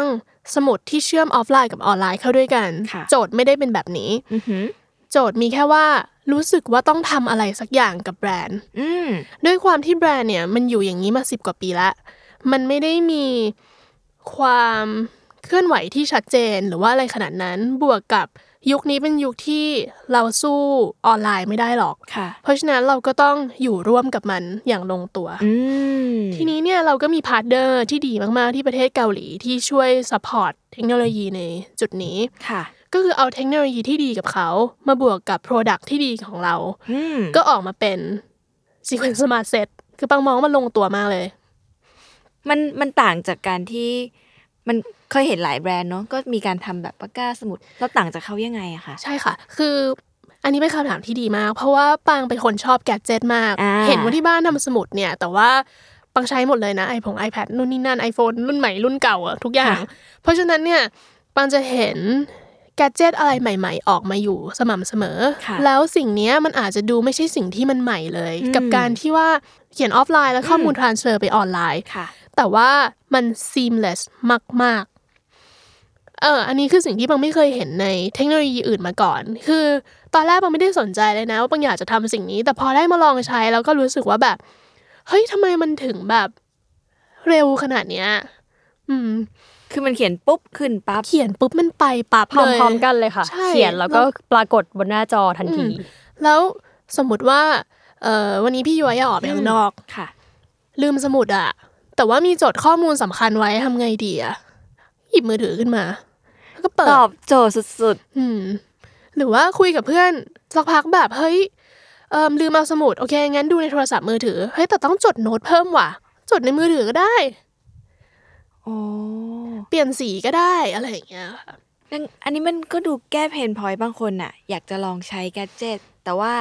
สมุดที่เชื่อมออฟไลน์กับออนไลน์เข้าด้วยกัน ค่ะ โจทย์ไม่ได้เป็นแบบนี้ อือหือ โจทย์มีแค่ว่ารู้สึกว่าต้องทำอะไรสักอย่างกับแบรนด์ อืม ด้วยความที่แบรนด์เนี่ยมันอยู่อย่างนี้มาสิบกว่าปีละ มันไม่ได้มีความเคลื่อนไหวที่ชัดเจนหรือว่าอะไรขนาดนั้น บวกกับยุคนี้เป็นยุคที่เราสู้ออนไลน์ไม่ได้หรอก ค่ะ เพราะฉะนั้นเราก็ต้องอยู่ร่วมกับมันอย่างลงตัว อืม ทีนี้เนี่ยเราก็มีพาร์ทเนอร์ที่ดีมาก ๆ ที่ประเทศเกาหลีที่ช่วยสปอร์ตเทคโนโลยีในจุดนี้ ค่ะ ก็คือเอาเทคโนโลยีที่ดีกับเขามาบวกกับ Product ที่ดีของเรา อืม ก็ออกมาเป็น Sequence Smart Set คือปังมองว่ามันลงตัวมากเลย มันมันต่างจากการที่มันเคยเห็นหลายแบรนด์เนาะก็มีการทำแบบปากกาสมุดแล้วต่างจากเขายังไงอะคะ ใช่ค่ะ คืออันนี้เป็นคำถามที่ดีมาก เพราะว่าปังเป็นคนชอบแกดเจิตมาก อ่า เห็นว่าที่บ้านทำสมุดเนี่ย แต่ว่าปังใช้หมดเลยนะไอผง iPad นู่นนี่นั่น iPhone รุ่นใหม่รุ่นเก่าอะทุกอย่าง เพราะฉะนั้นเนี่ยปังจะเห็น แกดเจิตอะไรใหม่ ๆ ออกมาอยู่สม่ำเสมอ ค่ะ แล้วสิ่งเนี้ยมันอาจจะดูไม่ใช่สิ่งที่มันใหม่เลย อืม กับการที่ว่าเขียนออฟไลน์แล้วข้อมูลทรานสเฟอร์ไปออนไลน์ ค่ะ แต่ว่ามัน seamless มาก ๆ เออ อันนี้คือสิ่งที่บังไม่เคยเห็นในเทคโนโลยีอื่นมาก่อน คือตอนแรกบังไม่ได้สนใจเลยนะ ว่าบังอยากจะทำสิ่งนี้ แต่พอได้มาลองใช้แล้วก็รู้สึกว่าแบบ เฮ้ยทำไมมันถึงแบบเร็วขนาดเนี้ย อืม คือมันเขียนปุ๊บขึ้นปั๊บ เขียนปุ๊บมันไปปั๊บ พ เลย ร้อมๆกันเลยค่ะ ใช่ เขียนแล้วก็ปรากฏบนหน้าจอทันที แล้วสมมติว่าเออวันนี้พี่ย้อยอยากออกไปข้างนอก ค่ะ ลืมสมุดอะแต่ว่ามีจดข้อมูลสำคัญไว้ทำไงดีอะหยิบมือถือขึ้นมาแล้วก็เปิด ตอบโจทย์สุด อืมหรือว่าคุยกับเพื่อนสักพักแบบเฮ้ยเออลืมเอาสมุดโอเคงั้นดูในโทรศัพท์มือถือเฮ้ยแต่ต้องจดโน้ตเพิ่มว่ะ จดในมือถือก็ได้ ๆ โอ้ เปลี่ยนสีก็ได้อะไรอย่างเงี้ยค่ะ นั่นอันนี้มันก็ดูแก้เพนพอยต์บางคนน่ะ อยากจะลองใช้แกดเจิตแต่ว่า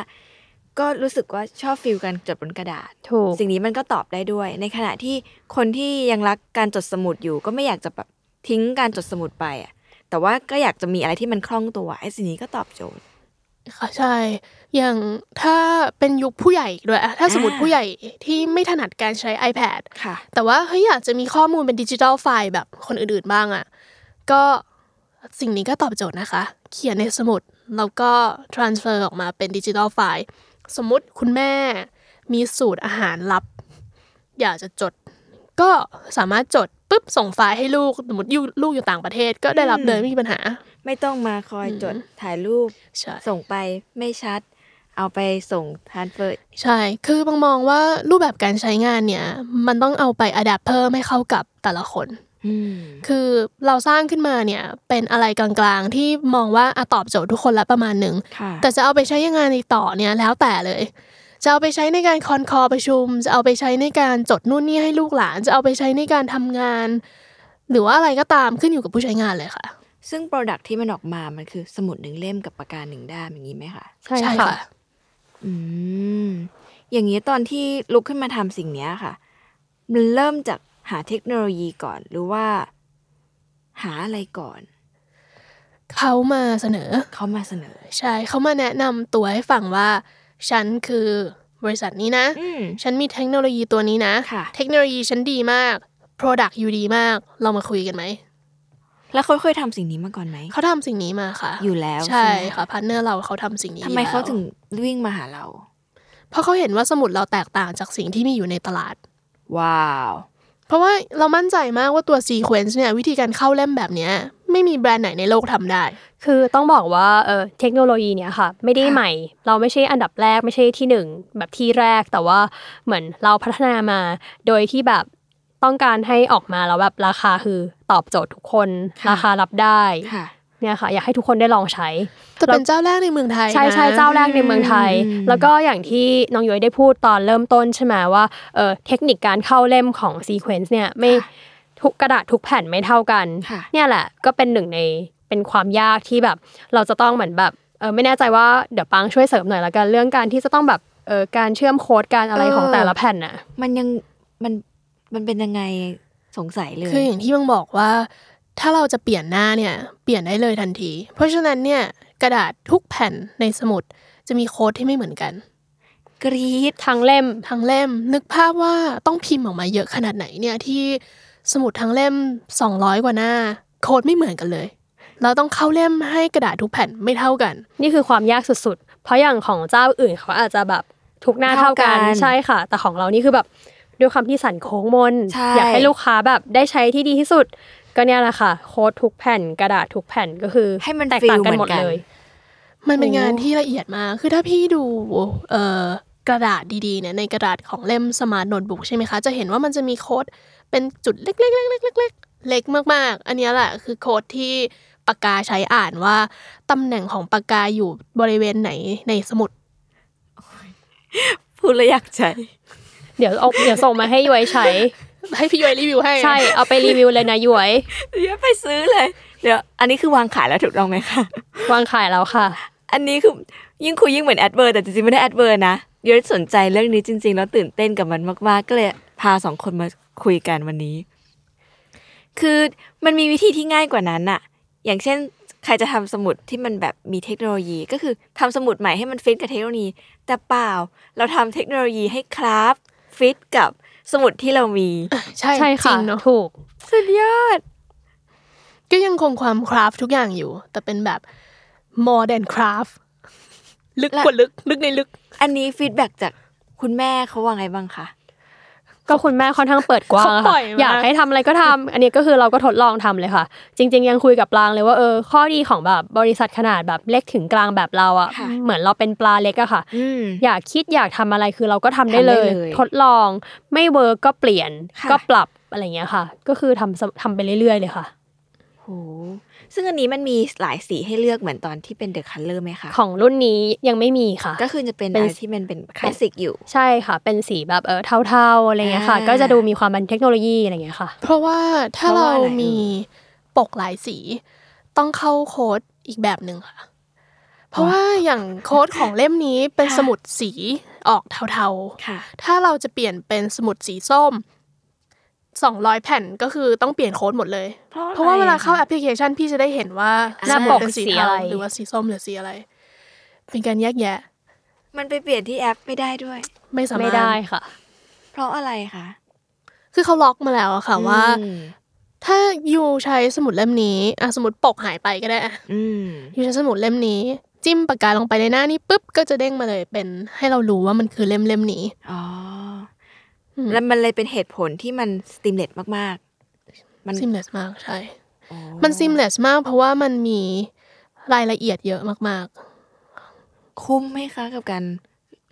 ก็รู้สึกว่าชอบฟิลการจดบนกระดาษ ถูก สิ่งนี้มันก็ตอบได้ด้วย ในขณะที่คนที่ยังรักการจดสมุดอยู่ ก็ไม่อยากจะแบบทิ้งการจดสมุดไปอ่ะ แต่ว่าก็อยากจะมีอะไรที่มันคล่องตัวไอ้สิ่งนี้ก็ตอบโจทย์ ค่ะใช่ อย่างถ้าเป็นยุคผู้ใหญ่อีกด้วยอะถ้าสมมติ อ่า ผู้ใหญ่ที่ไม่ถนัดการใช้ iPad ค่ะ แต่ว่าเฮ้ยอยากจะมีข้อมูลเป็นดิจิทัลไฟล์แบบคนอื่นๆบ้างอะก็สิ่งนี้ก็ตอบโจทย์นะคะ เขียนในสมุด แล้วก็ transfer ออกมาเป็นดิจิทัลไฟล์สมมุติคุณแม่มีสูตรอาหารลับ อยากจะจด ก็สามารถจดปุ๊บส่งไฟล์ให้ลูกสมมติอยู่ลูกอยู่ต่างประเทศ ก็ได้รับเลยไม่มีปัญหา ไม่ต้องมาคอยจดถ่ายรูป ใช่ ส่งไปไม่ชัด เอาไปส่งทานเฟอร์ ใช่ คือบางมองว่ารูปแบบการใช้งานเนี่ย มันต้องเอาไปอัดแอปเพิ่มให้เข้ากับแต่ละคน คือเราสร้างขึ้นมาเนี่ยเป็นอะไรกลางๆ ที่มองว่าอะตอบโจทย์ทุกคนละประมาณหนึ่ง ค่ะ แต่จะเอาไปใช้ยังไงต่อเนี่ยแล้วแต่เลย จะเอาไปใช้ในการคอนคอประชุม จะเอาไปใช้ในการจดนู่นนี่ให้ลูกหลาน จะเอาไปใช้ในการทำงาน หรือว่าอะไรก็ตามขึ้นอยู่กับผู้ใช้งานเลยค่ะ ซึ่งโปรดักที่มันออกมา มันคือสมุดหนึ่งเล่มกับปากกาหนึ่งด้ามอย่างนี้ไหมคะ ใช่ค่ะ อืม อย่างนี้ตอนที่ลุกขึ้นมาทำสิ่งเนี้ยค่ะ มันเริ่มจากหาเทคโนโลยีก่อนหรือว่า หาอะไรก่อน เขามาเสนอ เขามาเสนอ ใช่เขามาแนะนำตัวให้ฟังว่า ฉันคือบริษัทนี้นะ อืม ฉันมีเทคโนโลยีตัวนี้นะ ค่ะ เทคโนโลยีฉันดีมาก Product อยู่ดีมาก เรามาคุยกันไหม แล้วเขาเคยทำสิ่งนี้มาก่อนไหม เขาทำสิ่งนี้มาค่ะ อยู่แล้ว ใช่ ใช่ไหม ค่ะพาร์ทเนอร์เราเขาทำสิ่งนี้ ทำไม อยู่แล้ว เขาถึงวิ่งมาหาเรา เพราะเขาเห็นว่าสมุดเราแตกต่างจากสิ่งที่มีอยู่ในตลาด ว้าว เพราะว่าเรามั่นใจมากว่าตัว Sequence เนี่ยวิธีการเข้าเล่มแบบเนี้ยไม่มีแบรนด์ไหนในโลกทำได้ คือต้องบอกว่าเออเทคโนโลยีเนี่ยค่ะ ไม่ได้ ค่ะ ใหม่ เราไม่ใช่อันดับแรกไม่ใช่ที่หนึ่งแบบที่แรกแต่ว่าเหมือนเราพัฒนามา โดยที่แบบต้องการให้ออกมาแล้วแบบราคาคือตอบโจทย์ทุกคนราคารับได้ ค่ะ เนี่ยค่ะ อยากให้ทุกคนได้ลองใช้ แต่เป็นเจ้าแรกในเมืองไทย ใช่ นะ ใช่เจ้าแรกในเมืองไทย อืม แล้วก็อย่างที่น้องย้อยได้พูดตอนเริ่มต้นใช่ไหมว่าเออเทคนิคการเข้าเล่มของซีเควนซ์เนี่ยไม่ทุกกระดาษทุกแผ่นไม่เท่ากัน ค่ะ เนี่ยแหละก็เป็นหนึ่งในเป็นความยากที่แบบ เราจะต้องเหมือนแบบเออไม่แน่ใจว่าเดี๋ยวปังช่วยเสริมหน่อยละกันเรื่องการที่จะต้องแบบเออการเชื่อมโค้ดการอะไรของแต่ละแผ่นน่ะ มันยังมันมันเป็นยังไงสงสัยเลย คืออย่างที่บังบอกว่า ถ้าเราจะเปลี่ยนหน้าเนี่ยเปลี่ยนได้เลยทันที เพราะฉะนั้นเนี่ยกระดาษทุกแผ่นในสมุดจะมีโค้ดที่ไม่เหมือนกัน กรีด ทั้งเล่ม ทั้งเล่มนึกภาพว่าต้องพิมพ์ออกมาเยอะขนาดไหนเนี่ยที่สมุดทั้งเล่ม 200 กว่าหน้า โค้ดไม่เหมือนกันเลย เราต้องเข้าเล่มให้กระดาษทุกแผ่นไม่เท่ากัน นี่คือความยากสุดๆ เพราะอย่างของเจ้าอื่นเขาอาจจะแบบทุกหน้าเท่ากัน เท่ากัน ใช่ค่ะ แต่ของเรานี่คือแบบด้วยความที่สันโค้งมน ใช่ อยากให้ลูกค้าแบบได้ใช้ที่ดีที่สุด ก็เนี่ยแหละค่ะ โค้ดทุกแผ่นกระดาษทุกแผ่นก็คือ ให้มัน แตก ฟิ ต่าง ล กัน เหมือ หมด นกัน เลย มันเป็นงานที่ละเอียดมาก คือถ้าพี่ดูเอ่อกระดาษดีๆเนี่ยในกระดาษของเล่มสมาร์ทโน้ตบุ๊กใช่ไหมคะ จะเห็นว่ามันจะมีโค้ดเป็นจุดเล็กๆๆๆๆเล็กมากๆ อันเนี้ยแหละคือโค้ดที่ปากกาใช้อ่านว่าตำแหน่งของปากกาอยู่บริเวณไหนในสมุด [laughs] พูดแล้วอยากใจ [laughs] เดี๋ยวเอาเดี๋ยวส่งมาให้ย้อยใช้ ให้พี่ยอยรีวิวให้ ใช่เอาไปรีวิวเลยนะย้อย เดี๋ยวไปซื้อเลย เดี๋ยว อันนี้คือวางขายแล้วถูกต้องไหม [laughs] คะ วางขายแล้วค่ะ อันนี้คือยิ่งคุยยิ่งเหมือนแอดเวอร์แต่จริงๆไม่ได้แอดเวอร์นะเดี๋ยวสนใจเรื่องนี้จริง ๆ แล้วตื่นเต้นกับมันมากๆ ก็เลยพาสองคนมาคุยกันวันนี้ คือมันมีวิธีที่ง่ายกว่านั้นอะอย่างเช่น ใครจะทำสมุดที่มันแบบมีเทคโนโลยีก็คือทำสมุดใหม่ให้มันฟิตกับเทคโนโลยี แต่เปล่าเราทำเทคโนโลยีให้คราฟฟิตกับสมุดที่เรามี ใช่ ใช่ จริ ค่ะ งเนาะ ถูก [laughs] สุดยอด ก็ยังคงความคราฟทุกอย่างอยู่ แต่เป็นแบบ more than craft ลึกกว่าลึก ลึกในลึก อันนี้ฟีดแบ็กจากคุณแม่เขาว่าไงบ้างคะ ก็คุณแม่ค่อนข้างเปิดกว้างอะเขาปล่ ค่ะ อยมา อยากให้ทำอะไรก็ทำอันนี้ก็คือเราก็ทดลองทำเลยค่ะ จริง ๆ ยังคุยกับปลางเลยว่าเออข้อดีของแบบบริษัทขนาดแบบเล็กถึงกลางแบบเราอะ ค่ะ เหมือนเราเป็นปลาเล็กอะค่ะ อืม อยากคิดอยากทำอะไรคือเราก็ทำได้ ทำได้ เล เลย ย ทดลองไม่เวิร์กก็เปลี่ยน ค่ะ ก็ปรับอะไรอย่างเงี้ยค่ะ ก็คือทำสทำไปเรื่อยๆเลยค่ะ โหซึ่งอันนี้มันมีหลายสีให้เลือกเหมือนตอนที่เป็นเดอะคัลเลอร์ไหมคะ ของรุ่นนี้ยังไม่มีค่ะ ก็คือจะเป็น เป็น อะไรที่มันเป็นคลาสสิกอยู่ ใช่ค่ะ เป็นสีแบบเออเทาๆอะไรเงี้ยค่ะ อ่า ก็จะดูมีความเป็นเทคโนโลยีอะไรเงี้ยค่ะ เพราะว่าถ้า เพราะ เรา ว่าอะไรเอ่ย มีปกหลายสี ต้องเข้าโค้ดอีกแบบหนึ่งค่ะ เพราะว่าอย่างโค้ดของเล่มนี้เป็นสมุดสีออกเทา ค่ะ ๆ ถ้าเราจะเปลี่ยนเป็นสมุดสีส้ม 200 แผ่นก็คือต้องเปลี่ยนโค้ดหมดเลย เพราะว่าเวลาเข้าแอปพลิเคชันพี่จะได้เห็นว่า หน้า สมุดเป็นสี ปกสี เทา อะไร หรือว่าสีส้มหรือสีอะไร เป็นการแยกแยะ มันไปเปลี่ยนที่แอปไม่ได้ด้วย ไม่สามารถ ไม่ได้ค่ะ เพราะอะไรคะ คือเขาล็อกมาแล้วอะค่ะว่า อืม ถ้ายูใช้สมุดเล่มนี้อ่ะสมุดปกหายไปก็ได้อ่ะ อืม อยู่ในสมุดเล่มนี้ จิ้มปากกาลงไปในหน้านี้ปุ๊บก็จะเด้งมาเลยเป็นให้เรารู้ว่ามันคือเล่มเล่มนี้ อ๋ออ ม แล้วมันเลยเป็นเหตุผลที่มันสติมเลตมาก ๆ มัน ซิมเลสมากใช่ โอ้ มันซิมเลสมาก เพราะว่ามันมีรายละเอียดเยอะมาก คุ้มไหมคะกับการ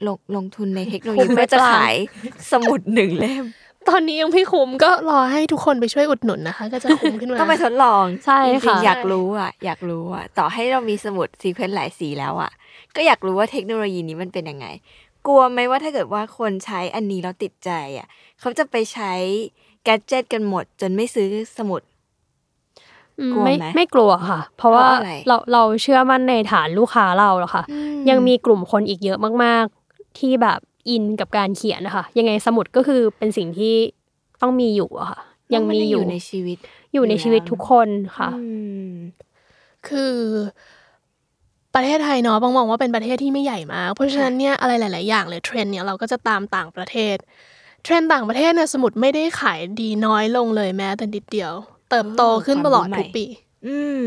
ลงลงทุนในเทคโนโล คุ้ ยี มไหม เพื่อจะ ปลา ขายสมุดหนึ่งเล่ม ๆ ตอนนี้ยังไม่คุ้มก็รอให้ทุกคนไปช่วยอุดหนุนนะคะ ก็จะคุ้มขึ้นมา ต้องไป [laughs] ทดลอง ใช่ จริงๆ ค่ะ อยากรู้อ่ะ อยากรู้อ่ะ ต่อให้เรามีสมุดซีเควนต์หลายสีแล้วอ่ะ ก็อยากรู้ว่าเทคโนโลยีนี้มันเป็นยังไง กลัวไหมว่าถ้าเกิดว่าคนใช้อันนี้แล้วติดใจอ่ะ เขาจะไปใช้แกดเจิตกันหมด จนไม่ซื้อสมุด อืม กลัว ไม่ ไหม ไม่กลัวค่ะ เพราะว่า เพราะอะไร เราเราเชื่อมั่นในฐานลูกค้าเราหรอกค่ะ ยังมีกลุ่มคนอีกเยอะมาก ๆ ที่แบบอินกับการเขียนนะคะ ยังไงสมุดก็คือเป็นสิ่งที่ต้องมีอยู่อะค่ะ ยังมีอยู่ ในชีวิต อยู่ใน อยู่แล้ว ชีวิตทุกคนค่ะ อืม คือ ประเทศไทยเนาะบางมองว่าเป็นประเทศที่ไม่ใหญ่มาก เพราะฉะนั้นเนี่ยอะไรหลาย ๆ อย่างเลยเทรนด์เนี่ยเราก็จะตามต่างประเทศ เทรนด์ต่างประเทศเนี่ยสมุดไม่ได้ขายดีน้อยลงเลยแม้แต่นิดเดียว เติบโตขึ้นตลอดทุกปี อืม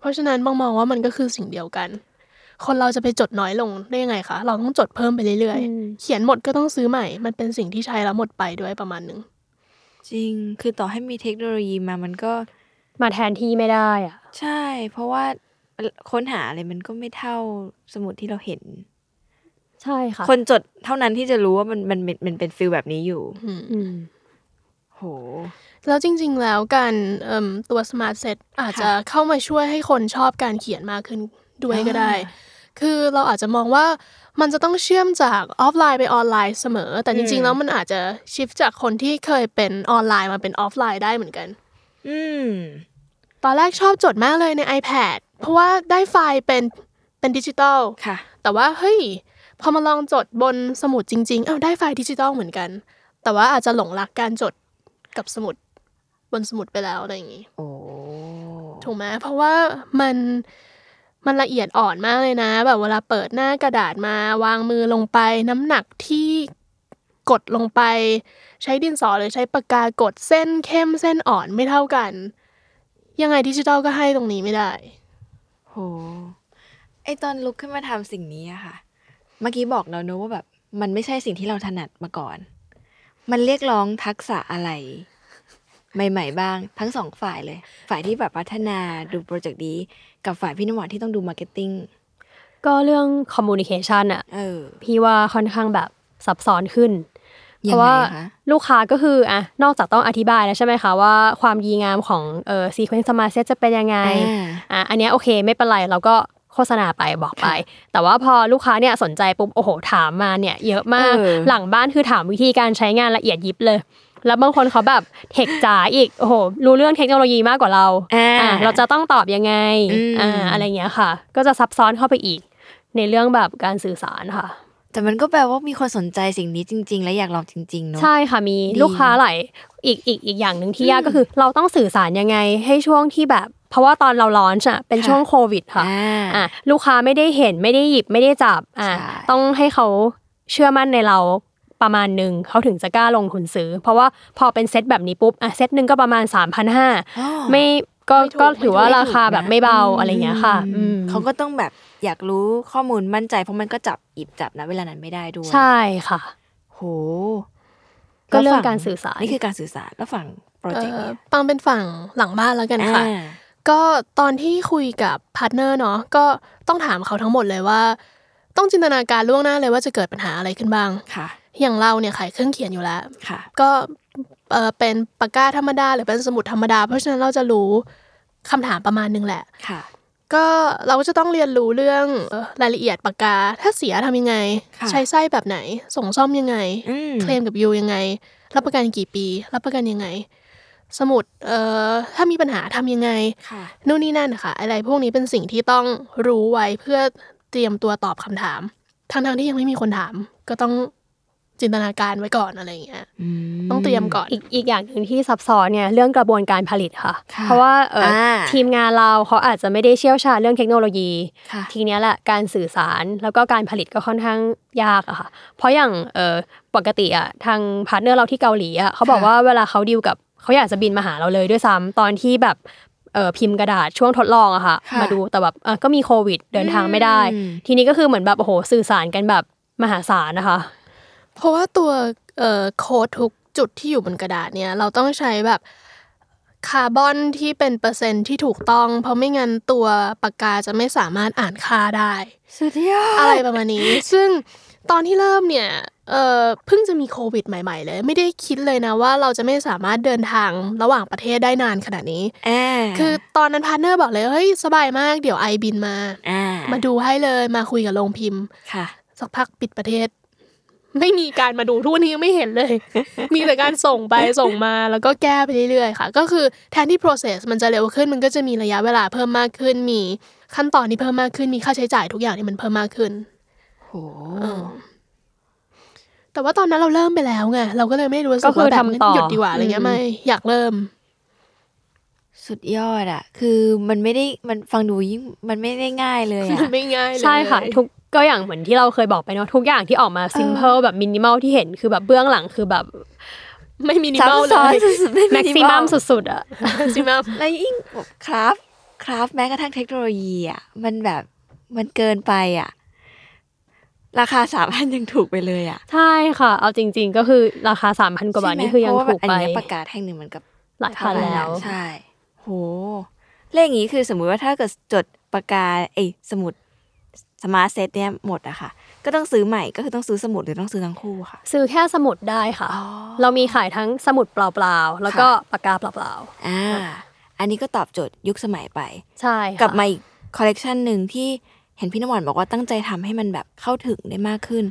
เพราะฉะนั้นบางมองว่ามันก็คือสิ่งเดียวกัน คนเราจะไปจดน้อยลงได้ยังไงคะ เราต้องจดเพิ่มไปเรื่อย อืม ๆ เขียนหมดก็ต้องซื้อใหม่ มันเป็นสิ่งที่ใช้แล้วหมดไปด้วยประมาณหนึ่ง จริง คือต่อให้มีเทคโนโลยีมามันก็ มาแทนที่ไม่ได้อะ ใช่ เพราะว่าค้นหาอะไรมันก็ไม่เท่าสมุดที่เราเห็น ใช่ค่ะ คนจดเท่านั้นที่จะรู้ว่ามันมันมันมันเป็นฟิลแบบนี้อยู่ อืม โห แล้วจริง ๆ แล้วการเอิ่มตัวสมาร์ทเซตอาจจะเข้ามาช่วยให้คนชอบการเขียนมากขึ้นด้วยก็ได้ คือเราอาจจะมองว่ามันจะต้องเชื่อมจากออฟไลน์ไปออนไลน์เสมอ แต่จริง ๆ แล้วมันอาจจะชิฟจากคนที่เคยเป็นออนไลน์มาเป็นออฟไลน์ได้เหมือนกัน อืม ตอนแรกชอบจดมากเลยใน iPad เพราะว่าได้ไฟล์เป็นเป็นดิจิตอล ค่ะ แต่ว่าเฮ้ย พอมาลองจดบนสมุดจริงๆ อ้าวได้ไฟล์ดิจิตอลเหมือนกัน แต่ว่าอาจจะหลงรักการจดกับสมุดบนสมุดไปแล้วอะไรอย่างนี้ โอ้ ถูกไหมเพราะว่ามันมันละเอียดอ่อนมากเลยนะ แบบเวลาเปิดหน้ากระดาษมาวางมือลงไป น้ำหนักที่กดลงไป ใช้ดินสอหรือใช้ปากกากดเส้นเข้มเส้นอ่อนไม่เท่ากัน ยังไงดิจิตอลก็ให้ตรงนี้ไม่ได้ โห ไอตอนลุกขึ้นมาทำสิ่งนี้อะค่ะ เมื่อกี้บอกเราเนอะว่าแบบ มันไม่ใช่สิ่งที่เราถนัดมาก่อน มันเรียกร้องทักษะอะไร ใหม่ ๆ บ้าง ทั้งสองฝ่ายเลย ฝ่ายที่แบบพัฒนาดูโปรเจกต์นี้กับฝ่ายพี่นวัดที่ต้องดูมาร์เก็ตติ้ง ก็เรื่องคอมมูนิเคชันอะ เออ พี่ว่าค่อนข้างแบบซับซ้อนขึ้น ยังไง เพราะว่า คะ ลูกค้าก็คืออะนอกจากต้องอธิบายแล้วใช่ไหมคะว่าความดีงามของเออซีเควนซ์สมาเซตจะเป็นยังไง อ่า อ่ะอันเนี้ยโอเคไม่เป็นไรเราก็โฆษณาไปบอก [laughs] ไป แต่ว่าพอลูกค้าเนี่ยสนใจปุ๊บโอ้โหถามมาเนี่ยเยอะมาก เออ หลังบ้านคือถามวิธีการใช้งานละเอียดยิบเลย แล้วบางคนเขาแบบเทคจ๋าอีกโอ้โหรู้เรื่องเทคโนโลยีมากกว่าเรา อ่า อ่ะเราจะต้องตอบยังไง อืม อ่าอะไรเงี้ยค่ะ ก็จะซับซ้อนเข้าไปอีก ในเรื่องแบบการสื่อสารค่ะ แต่มันก็แปลว่ามีคนสนใจสิ่งนี้จริง ๆ และอยากลองจริง ๆ เนอะ ใช่ค่ะมี ดี ลูกค้าหลายอีกอีกอีกอย่างหนึ่งที่ยากก็คือ เราต้องสื่อสารยังไงให้ช่วงที่แบบ เพราะว่าตอนเราลอนช์อ่ะเป็น ค่ะ ช่วงโควิดค่ะ อ่า อ่ะลูกค้าไม่ได้เห็นไม่ได้หยิบไม่ได้จับอ่ะ ใช่ ต้องให้เขาเชื่อมั่นในเราประมาณหนึ่งเขาถึงจะกล้าลงทุนซื้อ เพราะว่าพอเป็นเซตแบบนี้ปุ๊บอ่ะเซตหนึ่งก็ประมาณ 3,500 อ๋อ ไม่ก็ ไม่ถูก ก็ถือว่าราคาแบบ นะ ไม่เบาอะไรอย่างเงี้ยค่ะอืม เขาก็ต้องแบบอยากรู้ข้อมูลมั่นใจเพราะมันก็จับหยิบจับนะเวลานั้นไม่ได้ด้วย ใช่ค่ะ โห ก็เรื่อง แล้วฝั่ การสื่อสาร นี่คือการสื่อสารแล้วฝั่งโปรเจกต์ เอ่อ เนี่ย ปังเป็นฝั่งหลังบ้านแล้วกันค่ะ อ่า ก็ตอนที่คุยกับพาร์ทเนอร์เนาะก็ต้องถามเขาทั้งหมดเลยว่า ต้องจินตนาการล่วงหน้าเลยว่าจะเกิดปัญหาอะไรขึ้นบ้าง ค่ะ อย่างเราเนี่ยขายเครื่องเขียนอยู่แล้ว ค่ะ ก็เอ่อเป็นปากกาธรรมดาหรือเป็นสมุดธรรมดา เพราะฉะนั้นเราจะรู้คำถามประมาณนึงแหละ ค่ะ ก็เราก็จะต้องเรียนรู้เรื่องเอ่อรายละเอียดปากกา ถ้าเสียทำยังไง ค่ะ ใช้ไส้แบบไหน ส่งซ่อมยังไง อืม เคลมกับยูยังไง รับประกันกี่ปี รับประกันยังไง สมุดเอ่อถ้ามีปัญหาทำยังไง ค่ะ นู่นนี่นั่นนะคะอะไรพวกนี้เป็นสิ่งที่ต้องรู้ไว้เพื่อเตรียมตัวตอบคำถาม ทั้งๆที่ยังไม่มีคนถาม ก็ต้องจินตนาการไว้ก่อนอะไรอย่างเงี้ยต้องเตรียมก่อน อีกอีกอย่างหนึ่งที่ซับซ้อนเนี่ยเรื่องกระบวนการผลิตค่ะ ค่ะ เพราะว่าเอ่ออา ทีมงานเราเขาอาจจะไม่ได้เชี่ยวชาญเรื่องเทคโนโลยี ค่ะ ทีเนี้ยแหละการสื่อสารแล้วก็การผลิตก็ค่อนข้างยากอะค่ะ เพราะอย่างเอ่อปกติอะทางพาร์ทเนอร์เราที่เกาหลีอะเขาบอกว่าเวลาเขาดีลกับเขาอยากจะบินมาหาเราเลยด้วยซ้ำตอนที่แบบเอ่อพิมพ์กระดาษช่วงทดลองอะค่ะ ค่ะ มาดูแต่แบบเอ่อก็มีโควิดเดินทางไม่ได้ อืม ทีนี้ก็คือเหมือนแบบโอ้โหสื่อสารกันแบบมหาศาลนะคะ เพราะว่าตัวเอ่อโค้ดทุกจุดที่อยู่บนกระดาษเนี่ยเราต้องใช้แบบคาร์บอนที่เป็นเปอร์เซ็นต์ที่ถูกต้อง เพราะไม่งั้นตัวปากกาจะไม่สามารถอ่านค่าได้ สุดยอด อะไรประมาณ [laughs] นี้ ซึ่งตอนที่เริ่มเนี่ย เอ่อ เพิ่งจะมีโควิดใหม่ ๆ เลย ไม่ได้คิดเลยนะว่าเราจะไม่สามารถเดินทางระหว่างประเทศได้นานขนาดนี้ อ่า คือตอนนั้นพาร์ทเนอร์บอกเลย เฮ้ย สบายมาก เดี๋ยวไอบินมา อ่า มา มา ดูให้เลย มาคุยกับโรงพิมพ์ ค่ะ สักพักปิดประเทศ ไม่มีการมาดูทุกวันนี้ยังไม่เห็นเลย [laughs] มีแต่การส่ง [laughs] ไปส่งมาแล้วก็แก้ไปเรื่อยๆค่ะ ก็คือแทนที่ process มันจะเร็วขึ้นมันก็จะมีระยะเวลาเพิ่มมากขึ้น มีขั้นตอนที่เพิ่มมากขึ้นมีค่าใช้จ่ายทุกอย่างที่มันเพิ่มมากขึ้น โห แต่ว่าตอนนั้นเราเริ่มไปแล้วไงเราก็เลยไม่รู้สึ ก็ ก คือ ว่าแบบ ทำต่อ หยุดดีกว่าอะไรเงี้ยไม่อยากเริ่ม สุดยอดอะคือมันไม่ได้ มันฟังดูยิ่ง มันไม่ได้ง่ายเลยอะ ไม่ง่ายเลย ใช่ค่ะทุกก็อย่างเหมือนที่เราเคยบอกไปเนาะทุกอย่างที่ออกมาซิมเพิลแบบมินิมอลที่เห็นคือแบบเบื้องหลังคือแบบ [laughs] ไม่มินิ ซับ มอลเล ซ้อน ย สุดๆไ แม็กซิมัมสุดๆอ่ะ แม็กซิมัม แล้วยิ่งแบบคราฟคราฟแม้กระทั่งเทคโนโลยีอะมันแบบมันเกินไปอะราคาสามพันยังถูกไปเลยอะ [laughs] ใช่ค่ะ เอาจริง ๆ ก็คือราคา 3,000 กว่าบาท ใช่ไหม นี่คือยัง เพราะว่า ถูก อัน ไป เนี้ยประกาศแห่งหนึ่งมันกับ หลายพันแล้ว ใช่ โหเลขอย่างนี้คือสมมุติว่าถ้าเกิดจดปากกาไอ้สมุดสมาร์ทเซตเนี่ยหมดอะค่ะ ก็ต้องซื้อใหม่ก็คือต้องซื้อสมุดหรือต้องซื้อทั้งคู่ค่ะ ซื้อแค่สมุดได้ค่ะ อ๋อ เรามีขายทั้งสมุดเปล่าๆ แล้วก็ปากกาเปล่า อ่า อันนี้ก็ตอบโจทย์ยุคสมัยไป ๆ ใช่ค่ะ กลับมาอีกคอลเลกชันหนึ่งที่เห็นพี่น้ำหวานบอกว่าตั้งใจทำให้มันแบบเข้าถึงได้มากขึ้น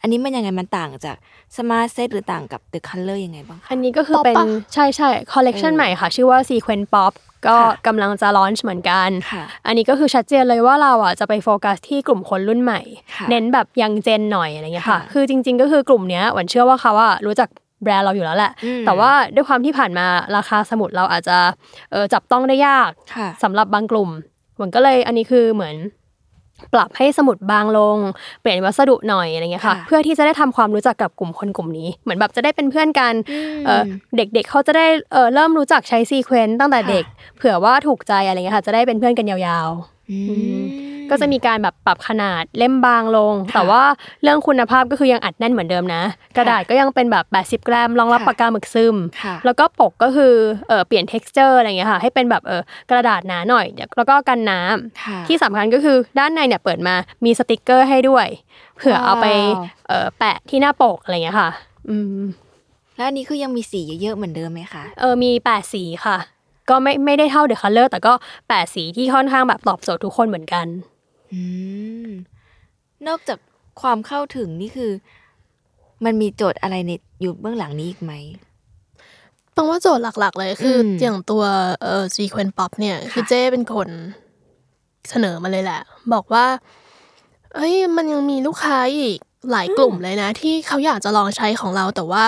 อันนี้มันยังไงมันต่างจากสมาร์ทเซตหรือต่างกับ The Color ยังไงบ้างคะ อันนี้ก็คือเป็นใช่ใช่คอลเลกชันใหม่ค่ะ ชื่อว่า Sequence Pop ก็ ค่ะ กำลังจะลอนช์เหมือนกัน ค่ะ อันนี้ก็คือชัดเจนเลยว่าเราอ่ะจะไปโฟกัสที่กลุ่มคนรุ่นใหม่ ค่ะ เน้นแบบยังเจนหน่อยอะไรเงี้ยค่ะ ค่ะ คือจริง ๆ ก็คือกลุ่มเนี้ยหวันเชื่อว่าเขาอ่ะรู้จักแบรนด์เราอยู่แล้วแหละ อืม แต่ว่าด้วยความที่ผ่านมาราคาสมุดเราอาจจะเอ่อจับต้องได้ยาก ค่ะ สำหรับบางกลุ่มหวันก็เลยอันนี้คือเหมือน ปรับให้สมุดบางลง เปลี่ยนวัสดุหน่อยอะไรเงี้ยค่ะ ค่ะ เพื่อที่จะได้ทำความรู้จักกับกลุ่มคนกลุ่มนี้ เหมือนแบบจะได้เป็นเพื่อนกันเอ่อเด็กๆเขาจะได้เอ่อเริ่มรู้จักใช้ซีเควนต์ตั้งแต่ ค่ะ เด็ก เผื่อว่าถูกใจอะไรเงี้ยค่ะ จะได้เป็นเพื่อนกันยาว อื ๆอืมมก็จะมีการแบบปรับขนาดเล่มบางลง แต่ว่าเรื่องคุณภาพก็คือยังอัดแน่นเหมือนเดิมนะ กระดาษก็ยังเป็นแบบ 80 กรัมรองรับ ค่ะ ปากกาหมึกซึม ค่ะ แล้วก็ปกก็คือเอ่อเปลี่ยน texture อะไรเงี้ยค่ะให้เป็นแบบเอ่อกระดาษหนาหน่อยแล้วก็กันน้ำ ค่ะ ที่สำคัญก็คือด้านในเนี่ยเปิดมามีสติกเกอร์ให้ด้วย เผื่อเอาไป ว้าว เอ่อแปะที่หน้าปกอะไรเงี้ยค่ะ อืม แล้วอันนี้คือยังมีสีเยอะๆเหมือนเดิมไหมคะ เออมี 8 สีค่ะ ก็ไม่ไม่ได้เท่าเดอะคัลเลอร์แต่ก็ 8 สีที่ค่อนข้างแบบตอบโจทย์ทุกคนเหมือนกัน อืม นอกจากความเข้าถึงนี่คือ มันมีโจทย์อะไรในอยู่เบื้องหลังนี้อีกไหม ตรงว่าโจทย์หลักๆ เลยคืออ ม อย่างตัวเอ่อซีเควนป๊อปเนี่ย คือเจ้เป็นคนเสนอมาเลยแหละ บอกว่า เอ้ยมันยังมีลูกค้าอีก หลายกลุ่มเลยนะ ที่เขาอยากจะลองใช้ของเราแต่ว่า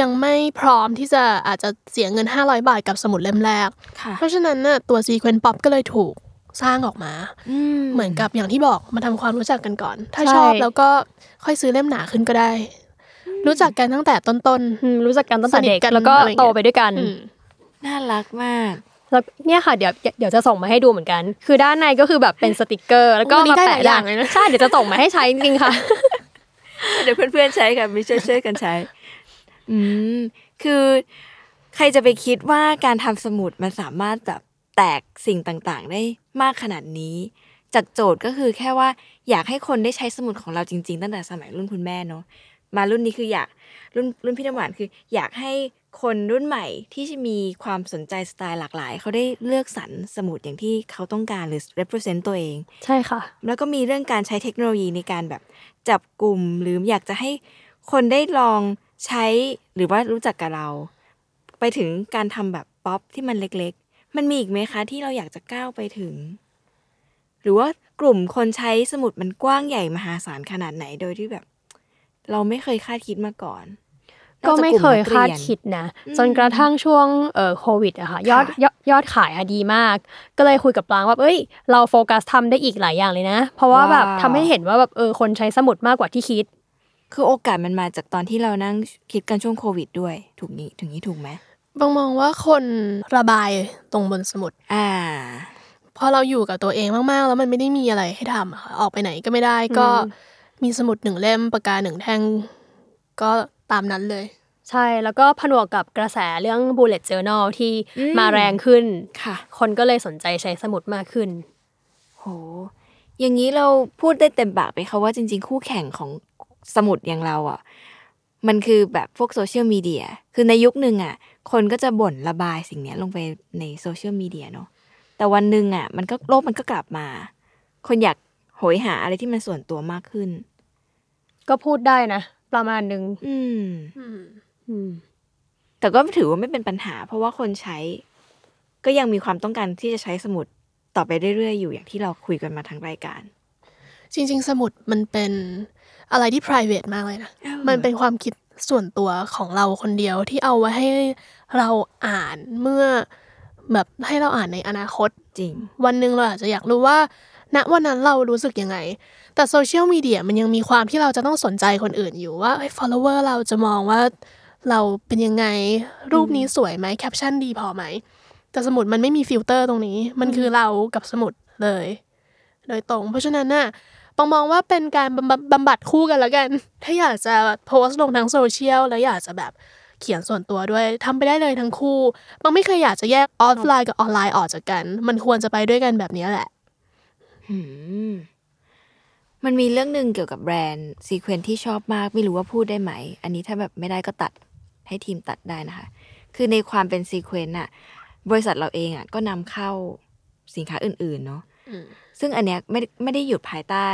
ยังไม่พร้อมที่จะอาจจะเสียเงิน 500 บาทกับสมุดเล่มแรก ค่ะ เพราะฉะนั้นน่ะตัว Sequence Pop ก็เลยถูกสร้างออกมา เหมือนกับอย่างที่บอกมาทำความรู้จักกันก่อน ถ้า ใช่ ชอบแล้วก็ค่อยซื้อเล่มหนาขึ้นก็ได้ รู้จักกันตั้งแต่ต้น อืมรู้จักกันตั้งแต่เด็ สนิ ก ทกัน แล้วก็ อะไรอย่างเงี้ย โตไปด้วยกัน ๆอืม น่ารักมาก แล้วเนี่ยค่ะเดี๋ยวเดี๋ยวจะส่งมาให้ดูเหมือนกัน คือด้านในก็คือแบบเป็นสติกเกอร์ แล้วก็ โอ้นี่ มา ได้ห แปะ ลายอย่าง ด้น เลยนะ ใช่เดี๋ยวจะส่งมาให้ใช้จริงๆค่ะ เดี๋ยวเพื่อนๆใช้กันไม่ช่วยช่วยกันใช้ อืม คือใครจะไปคิดว่าการทำสมุดมันสามารถแบบแตกสิ่งต่างๆ ได้มากขนาดนี้ จากโจทย์ก็คือแค่ว่าอยากให้คนได้ใช้สมุดของเราจริง ๆ ตั้งแต่สมัยรุ่นคุณแม่เนาะ มารุ่นนี้คืออยากรุ่นรุ่นพี่น้ำหวานคือ อยากให้คนรุ่นใหม่ที่มีความสนใจสไตล์หลากหลาย เขาได้เลือกสรรสมุดอย่างที่เขาต้องการหรือ represent ตัวเอง ใช่ค่ะ แล้วก็มีเรื่องการใช้เทคโนโลยีในการแบบจับกลุ่มหรืออยากจะให้คนได้ลองใช้หรือว่ารู้จักกับเรา ไปถึงการทำแบบป๊อปที่มันเล็กๆ มันมีอีกไหมคะ ที่เราอยากจะก้าวไปถึง หรือว่ากลุ่มคนใช้สมุดมันกว้างใหญ่มหาศาลขนาดไหนโดยที่แบบ เราไม่เคยคาดคิดมาก่อน ก็ไม่เคย นอกจากกลุ่ คาด นักรีน คิดนะ อืม จนกระทั่งช่วงเอ่อโควิดอะค่ะยอด ค่ะ ยอดยอดขายอะดีมาก ก็เลยคุยกับปรางว่าเอ้ย เราโฟกัสทำได้อีกหลายอย่างเลยนะ เพราะว่าแบบทำให้เห็นว่าแบบเออคนใช้สมุดมากกว่าที่คิด คือโอกาสมันมาจากตอนที่เรานั่งคิดกันช่วงโควิดด้วย ถูกนี้ถึงนี้ถูกไหม บางมองว่าคนระบายตรงบนสมุด อ่า พอเราอยู่กับตัวเองมากๆ แล้วมันไม่ได้มีอะไรให้ทำอะค่ะออกไปไหนก็ไม่ได้ก็มีสมุดหนึ่งเล่มปากกาหนึ่งแท่ง ก็ตามนั้นเลย ใช่แล้วก็ผนวกกับกระแสเรื่อง bullet journal ที่ อืม มาแรงขึ้น ค่ะ คนก็เลยสนใจใช้สมุดมากขึ้น โห อย่างนี้เราพูดได้เต็มปากไปค่ะว่าจริง ๆ คู่แข่งของสมุดอย่างเราอ่ะ มันคือแบบพวกโซเชียลมีเดีย คือในยุคหนึ่งอ่ะ คนก็จะบ่นระบายสิ่งเนี้ยลงไปในโซเชียลมีเดียเนาะ แต่วันหนึ่งอ่ะ มันก็โลกมันก็กลับมา คนอยากโหยหาอะไรที่มันส่วนตัวมากขึ้น ก็พูดได้นะ ประมาณนึง อืม อืม แต่ก็ถือว่าไม่เป็นปัญหา เพราะว่าคนใช้ ก็ยังมีความต้องการที่จะใช้สมุดต่อไปเรื่อยๆอยู่อย่างที่เราคุยกันมาทั้งรายการ จริง ๆ สมุดมันเป็นอะไรที่ p r i v a t e มากเลยนะ มันเป็นความคิดส่วนตัวของเราคนเดียวที่เอาไว้ให้เราอ่านเมื่อแบบให้เราอ่านในอนาคต จริง วันหนึ่งเราอาจจะอยากรู้ว่า ณวันนั้นเรารู้สึกยังไง แต่โซเชียลมีเดียมันยังมีความที่เราจะต้องสนใจคนอื่นอยู่ว่าเอ้ย follower เราจะมองว่าเราเป็นยังไง รูปนี้สวยไหมแคปชั่นดีพอไหม แต่สมุดมันไม่มีฟิลเตอร์ตรงนี้ มันคือเรากับสมุดเลย โดยตรง เพราะฉะนั้นน่ะปองมองว่าเป็นการบำบัดบำบัดคู่กันแล้วกัน ถ้าอยากจะโพสต์ลงทางโซเชียลแล้วอยากจะแบบเขียนส่วนตัวด้วยทำไปได้เลยทั้งคู่บางไม่เคยอยากจะแยกออฟไลน์กับออนไลน์ออกจากกัน มันควรจะไปด้วยกันแบบนี้แหละ หืมมันมีเรื่องหนึ่งเกี่ยวกับแบรนด์ซีเควนที่ชอบมากไม่รู้ว่าพูดได้ไหม อันนี้ถ้าแบบไม่ได้ก็ตัดให้ทีมตัดได้นะคะ คือในความเป็นซีเควนต์อะบริษัทเราเองอะก็นำเข้าสินค้าอื่น ๆ เนาะ อืม ซึ่งอันเนี้ยไม่ไม่ได้อยู่ภายใต้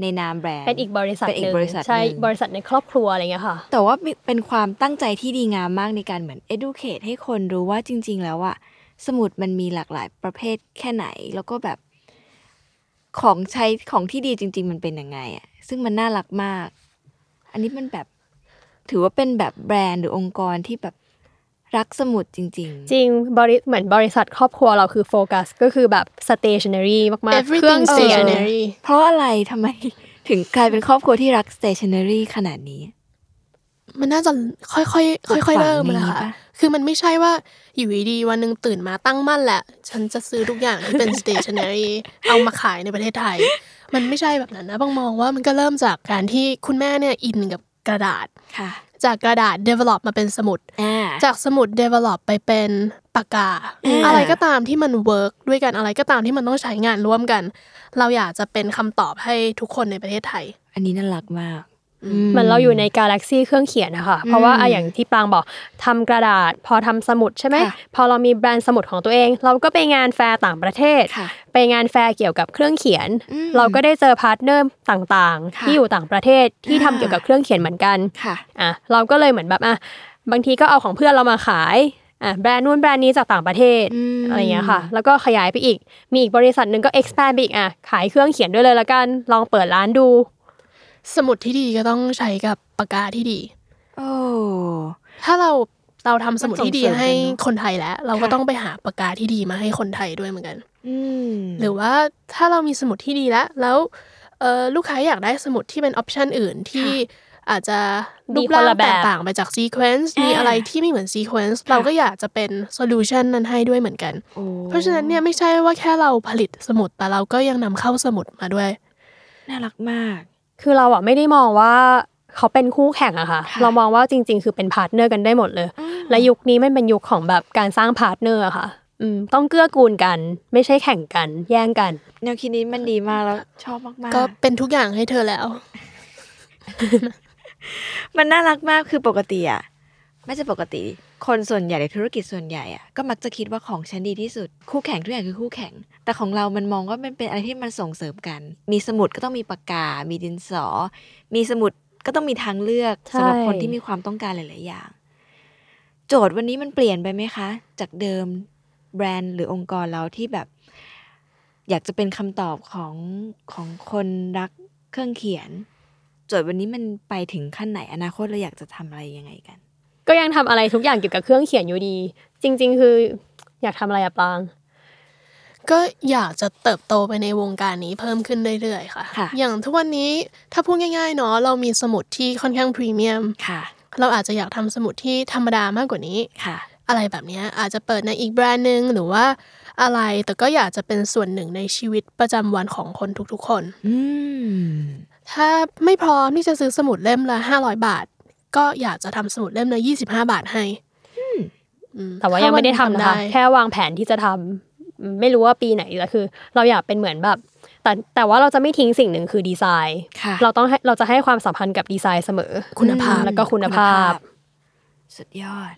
ในนามแบรนด์ เป็นอีกบริษัท เป็น ห อี นึ่ ก ง บริษัท ใช่ หนึ่ง บริษัทในครอบครัวอะไรเงี้ยค่ะ แต่ว่าเป็นความตั้งใจที่ดีงามมากในการเหมือน educate ให้คนรู้ว่าจริง ๆ แล้วอะสมุดมันมีหลากหลายประเภทแค่ไหน แล้วก็แบบของใช้ของที่ดีจริง ๆ มันเป็นยังไงอะซึ่งมันน่ารักมาก อันนี้มันแบบ ถือว่าเป็นแบบแบรนด์หรือองค์กรที่แบบรักสมุดจริง จริงบริเหมือนบริษัทครอบครัวเราคือโฟกัสก็คือแบบ stationery มากๆ เครื่อง everything เขียน stationary ๆ เพราะอะไรทำไม ถึงกลายเป็นครอบครัวที่รัก stationery ขนาดนี้ มันน่าจะค่อยๆ ค่อย ๆ เริ่ม ปลูกฝังในนี้นะคะ ปะ คือมันไม่ใช่ว่าอยู่ดีๆวันหนึ่งตื่นมาตั้งมั่นแหละ ฉันจะซื้อทุกอย่างที่ [laughs] เป็น stationery เอามาขายในประเทศไทย มันไม่ใช่แบบนั้นนะบางมองว่ามันก็เริ่มจากการที่คุณแม่เนี่ยอินกับกระดาษ ค่ะ จากกระดาษ develop มาเป็นสมุด อ่า จากสมุด develop ไปเป็นปากกา อ่า อะไรก็ตามที่มัน work ด้วยกันอะไรก็ตามที่มันต้องใช้งานร่วมกัน เราอยากจะเป็นคำตอบให้ทุกคนในประเทศไทย อันนี้น่ารักมาก เหมือนเราอยู่ในกาแล็กซีเครื่องเขียนนะคะ เพราะว่าอะอย่างที่ปรางบอกทำกระดาษ พอทำสมุดใช่ไหม พอเรามีแบรนด์สมุดของตัวเอง เราก็ไปงานแฟร์ต่างประเทศ ค่ะ ไปงานแฟร์เกี่ยวกับเครื่องเขียน อืม เราก็ได้เจอพาร์ทเนอร์ต่างๆ ค่ะ ที่อยู่ต่างประเทศที่ทำ อ่า เกี่ยวกับเครื่องเขียนเหมือนกัน ค่ะ อ่ะเราก็เลยเหมือนแบบอ่ะบางทีก็เอาของเพื่อนเรามาขายอ่ะแบรนด์นู้นแบรนด์นี้จากต่างประเทศ อืม อะไรอย่างเงี้ยค่ะ แล้วก็ขยายไปอีก มีอีกบริษัทหนึ่งก็ expand ไปอีกอ่ะขายเครื่องเขียนด้วยเลยละกัน ลองเปิดร้านดู สมุดที่ดีก็ต้องใช้กับปากกาที่ดี โอ้ ถ้าเราเราทำสมุดที่ดี มันส่งเสริม ให้ กันเนอะ คนไทยแล้ว เราก็ ค่ะ ต้องไปหาปากกาที่ดีมาให้คนไทยด้วยเหมือนกัน อืม หรือว่าถ้าเรามีสมุดที่ดีแล้ว แล้วเอ่อลูกค้าอยากได้สมุดที่เป็นออปชันอื่นที่อาจจะรูปร่างแตกต่างไปจากซีเควนซ์มีอะไรที่ไม่เหมือนซีเควนซ์เราก็อยากจะเป็นโซลูชันนั้นให้ด้วยเหมือนกัน โอ้ เพราะฉะนั้นเนี่ยไม่ใช่ว่าแค่เราผลิตสมุดแต่เราก็ยังนำเข้าสมุดมาด้วย น่ารักมาก คือเราอะไม่ได้มองว่าเขาเป็นคู่แข่งอะค่ะ ค่ะ เรามองว่าจริง ๆ คือเป็นพาร์ทเนอร์กันได้หมดเลย อืม และยุคนี้มันเป็นยุคของแบบการสร้างพาร์ทเนอร์อะค่ะอืมต้องเกื้อกูลกัน ไม่ใช่แข่งกัน แย่งกัน แนวคิดนี้มันดีมากแล้วชอบมากๆ ก็เป็นทุกอย่างให้เธอแล้ว มันน่ารักมากคือปกติอะไม่ใช่ปกติ คนส่วนใหญ่ในธุรกิจส่วนใหญ่อะก็มักจะคิดว่าของฉันดีที่สุด คู่แข่งทุกอย่างคือคู่แข่ง แต่ของเรามันมองว่ามันเป็นอะไรที่มันส่งเสริมกัน มีสมุดก็ต้องมีปากกา มีดินสอ มีสมุดก็ต้องมีทางเลือก ใช่ สำหรับคนที่มีความต้องการหลาย ๆ อย่าง โจทย์วันนี้มันเปลี่ยนไปไหมคะ จากเดิมแบรนด์หรือองค์กรเราที่แบบ อยากจะเป็นคำตอบของของคนรักเครื่องเขียน โจทย์วันนี้มันไปถึงขั้นไหนอนาคตเราอยากจะทำอะไรยังไงกัน ก็ยังทำอะไรทุกอย่างเกี่ยวกับเครื่องเขียนอยู่ดี จริง ๆ คืออยากทำอะไรอะปาง ก็อยากจะเติบโตไปในวงการนี้เพิ่มขึ้นเรื่อยๆค่ะ ค่ะ อย่างทุกวันนี้ถ้าพูดง่ายๆเนาะเรามีสมุดที่ค่อนข้างพรีเมียม ค่ะ เราอาจจะอยากทำสมุดที่ธรรมดามากกว่านี้ ค่ะ อะไรแบบเนี้ยอาจจะเปิดในอีกแบรนด์หนึ่งหรือว่าอะไร แต่ก็อยากจะเป็นส่วนหนึ่งในชีวิตประจำวันของคนทุกๆคน อืม ถ้าไม่พร้อมที่จะซื้อสมุดเล่มละ 500 บาท ก็อยากจะทำสมุดเล่มละ 25 บาทให้อืม แต่ว่ายังไม่ได้ทำ ถ้า นะ วัน คะแค่วางแผนที่จะทำอืมไม่รู้ว่าปีไหนแต่คือ เราอยากเป็นเหมือนแบบ แต่แต่ว่าเราจะไม่ทิ้งสิ่งหนึ่งคือดีไซน์ ค่ะ เราต้องให้เราจะให้ความสัมพันธ์กับดีไซน์เสมอ คุณภาพ แล้วก็คุณภาพ สุดยอด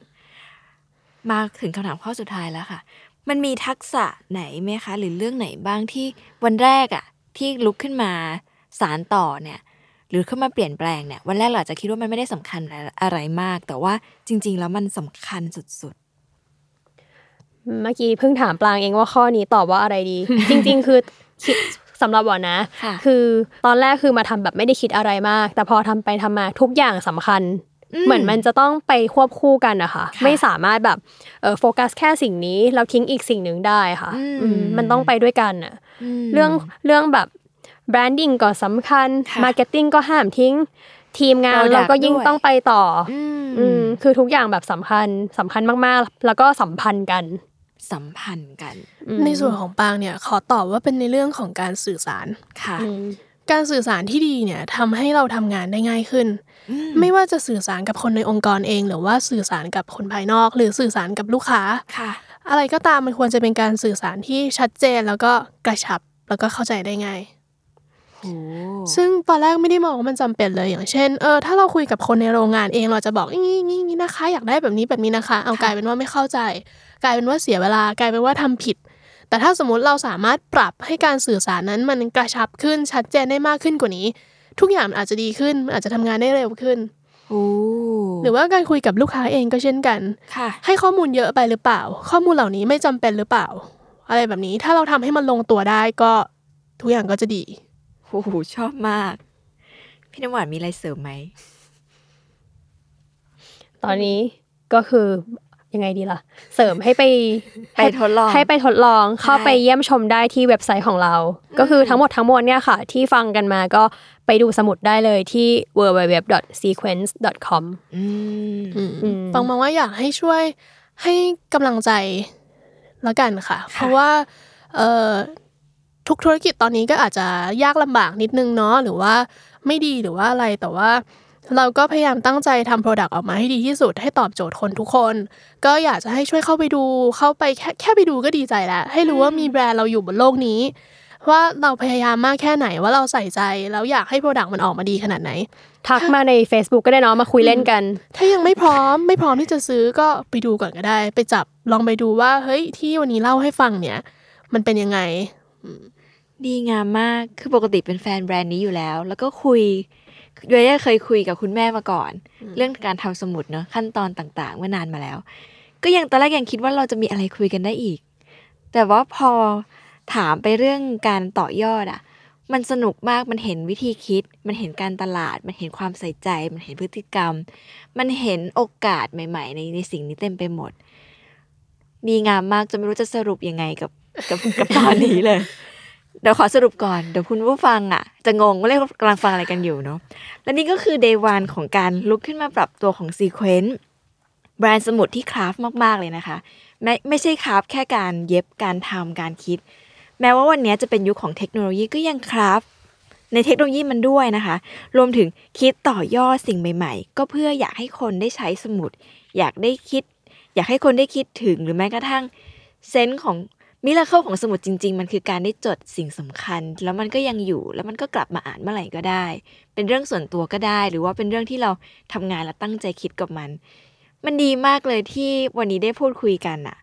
มาถึงคำถามข้อสุดท้ายแล้วค่ะ มันมีทักษะไหนไหมคะ หรือเรื่องไหนบ้างที่วันแรกอะที่ลุกขึ้นมาสารต่อเนี่ย หรือเข้ามาเปลี่ยนแปลงเนี่ย วันแรกเราอาจจะคิดว่ามันไม่ได้สำคัญอะไรมาก แต่ว่าจริง ๆ แล้วมันสำคัญสุด เมื่อกี้เพิ่งถามปลางเองว่าข้อนี้ตอบว่าอะไรดี [laughs] จริง ๆ คือคิดสำหรับวอนนะ ค่ะ อตอนแรกคือมาทำแบบไม่ได้คิดอะไรมาก แต่พอทำไปทำมาทุกอย่างสำคัญ ๆ เหมือนมันจะต้องไปควบคู่กันนะคะ ค่ะ ไม่สามารถแบบเออโฟกัสแค่สิ่งนี้แล้วทิ้งอีกสิ่งหนึ่งได้ค่ะ อื อืมมันต้องไปด้วยกันอะ ม เรื่องเรื่องแบบแบรนดิ้งก็สำคัญ ค่ะ มาร์เก็ตติ้งก็ห้ามทิ้ง ทีมงาน Product เราก็ยิ่งต้องไปต่ออ อืม อืมคือทุกอย่างแบบสำคัญสำคัญมากๆ แล้วก็สัมพันธ์กัน สัมพันธ์กัน อืม ในส่วนของปางเนี่ยขอตอบว่าเป็นในเรื่องของการสื่อสาร ค่ะ อืม การสื่อสารที่ดีเนี่ยทำให้เราทำงานได้ง่ายขึ้น ไม่ว่าจะสื่อสารกับคนในองค์กรเอง หรือว่าสื่อสารกับคนภายนอก หรือสื่อสารกับลูกค้า ค่ะ อะไรก็ตามมันควรจะเป็นการสื่อสารที่ชัดเจนแล้วก็กระชับแล้วก็เข้าใจได้ง่าย โอ้ ซึ่งตอนแรกไม่ได้มองว่ามันจำเป็นเลยอย่างเช่นเออถ้าเราคุยกับคนในโรงงานเองเราจะบอกอย่างงี้อย่างงี้อย่างงี้นะคะ อยากได้แบบนี้แบบนี้นะคะเอากลายเป็นว่าไม่เข้าใจ กลายเป็นว่าเสียเวลากลายเป็นว่าทำผิด แต่ถ้าสมมติเราสามารถปรับให้การสื่อสารนั้นมันกระชับขึ้นชัดเจนได้มากขึ้นกว่านี้ ทุกอย่างมันอาจจะดีขึ้นมันอาจจะทำงานได้เร็วขึ้น โอ้ หรือว่าการคุยกับลูกค้าเองก็เช่นกัน ค่ะ ให้ข้อมูลเยอะไปหรือเปล่า ข้อมูลเหล่านี้ไม่จำเป็นหรือเปล่า อะไรแบบนี้ถ้าเราทำให้มันลงตัวได้ก็ทุกอย่างก็จะดี โอ้โหชอบมาก พี่น้ำหวานมีอะไรเสริมไหม ตอนนี้ก็คือยังไงดีล่ะ เสริมให้ [laughs] ไป ไปทดลอง ให้ไปทดลองเข้า ใช่ ไปเยี่ยมชมได้ที่เว็บไซต์ของเรา ก็คือทั้งหมดทั้งมวลเนี่ยค่ะ ที่ฟังกันมาก็ไปดูสมุดได้เลยที่ www.sequence.com อืม อืม อืม ปังมองว่าอยากให้ช่วยให้กำลังใจแล้วกันค่ะ เพราะว่าเอ่อทุกธุรกิจตอนนี้ก็อาจจะยากลำบากนิดนึงเนาะหรือว่าไม่ดีหรือว่าอะไรแต่ว่า เราก็พยายามตั้งใจทำโปรดักต์ออกมาให้ดีที่สุด ให้ตอบโจทย์คนทุกคน ก็อยากจะให้ช่วยเข้าไปดูเข้าไปแค่แค่ไปดูก็ดีใจแล้ว ให้รู้ว่ามีแบรนด์เราอยู่บนโลกนี้ ว่าเราพยายามมากแค่ไหนว่าเราใส่ใจแล้วอยากให้โปรดักต์มันออกมาดีขนาดไหน ทักมาใน Facebook ก็ได้เนาะมาคุยเล่นกัน ถ้ายังไม่พร้อม ไม่พร้อมที่จะซื้อก็ไปดูก่อนก็ได้ ไปจับลองไปดูว่าเฮ้ยที่วันนี้เล่าให้ฟังเนี่ย มันเป็นยังไง ดีงามมาก คือปกติเป็นแฟนแบรนด์นี้อยู่แล้ว แล้วก็คุยโดยเคยคุยกับคุณแม่มาก่อน เรื่องการทำสมุดเนอะขั้นตอนต่างๆเมื่อนานมาแล้ว ก็ยังตอนแรกยังคิดว่าเราจะมีอะไรคุยกันได้อีก แต่ว่าพอถามไปเรื่องการต่อยอดอะ มันสนุกมากมันเห็นวิธีคิด มันเห็นการตลาด มันเห็นความใส่ใจ มันเห็นพฤติกรรม มันเห็นโอกาสใหม่ ๆ ในในสิ่งนี้เต็มไปหมด ดีงามมากจนไม่รู้จะสรุปยังไงกับกับกับตอนนี้เลย เดี๋ยวขอสรุปก่อน เดี๋ยวคุณผู้ฟังอ่ะ จะงงว่าเรากำลังฟังอะไรกันอยู่เนาะ และนี่ก็คือ day one ของการลุกขึ้นมาปรับตัวของ Sequence แบรนด์สมุดที่คราฟมาก ๆ เลยนะคะ ไม่ไม่ใช่คราฟแค่การเย็บการทำการคิด แม้ว่าวันนี้จะเป็นยุคของเทคโนโลยีก็ยังคราฟ ในเทคโนโลยีมันด้วยนะคะ รวมถึงคิดต่อยอดสิ่งใหม่ ๆ ก็เพื่ออยากให้คนได้ใช้สมุด อยากได้คิด อยากให้คนได้คิดถึงหรือแม้กระทั่งเซนส์ของมิราเคิลของสมุดจริง ๆ มันคือการได้จดสิ่งสำคัญ แล้วมันก็ยังอยู่แล้วมันก็กลับมาอ่านเมื่อไหร่ก็ได้ เป็นเรื่องส่วนตัวก็ได้ หรือว่าเป็นเรื่องที่เราทำงานและตั้งใจคิดกับมัน มันดีมากเลยที่วันนี้ได้พูดคุยกันอะ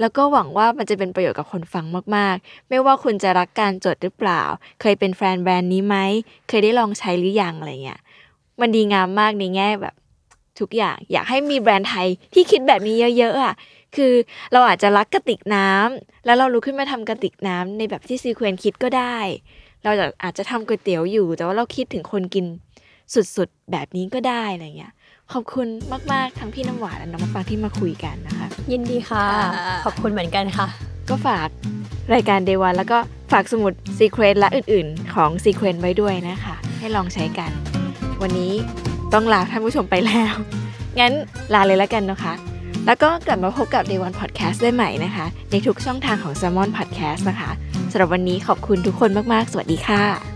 แล้วก็หวังว่ามันจะเป็นประโยชน์กับคนฟังมากๆ ไม่ว่าคุณจะรักการจดหรือเปล่า เคยเป็นแฟนแบรนด์นี้ไหม เคยได้ลองใช้หรือยังอะไรเงี้ย มันดีงามมากในแง่แบบทุกอย่าง อยากให้มีแบรนด์ไทยที่คิดแบบนี้เยอะๆอ่ะ คือเราอาจจะรักกระติกน้ำแล้วเราลุกขึ้นมาทำกระติกน้ำในแบบที่ซีเควนคิดก็ได้ เราจะอาจจะทำก๋วยเตี๋ยวอยู่ แต่ว่าเราคิดถึงคนกินสุดๆ แบบนี้ก็ได้อะไรเงี้ย ขอบคุณมากๆ ทั้งพี่น้ำหวานและน้องมะปรางที่มาคุยกันนะคะ ยินดีค่ะ ค่ะ ขอบคุณเหมือนกันค่ะ ก็ฝากรายการ Day One แล้วก็ฝากสมุด Secret และอื่นๆ ของ Secret ไว้ด้วยนะคะ ให้ลองใช้กัน วันนี้ต้องลาท่านผู้ชมไปแล้ว งั้นลาเลยแล้วกันนะคะ แล้วก็กลับมาพบกับ Day One Podcast ได้ใหม่นะคะ ในทุกช่องทางของ Salmon Podcast นะคะสำหรับวันนี้ขอบคุณทุกคนมากๆ สวัสดีค่ะ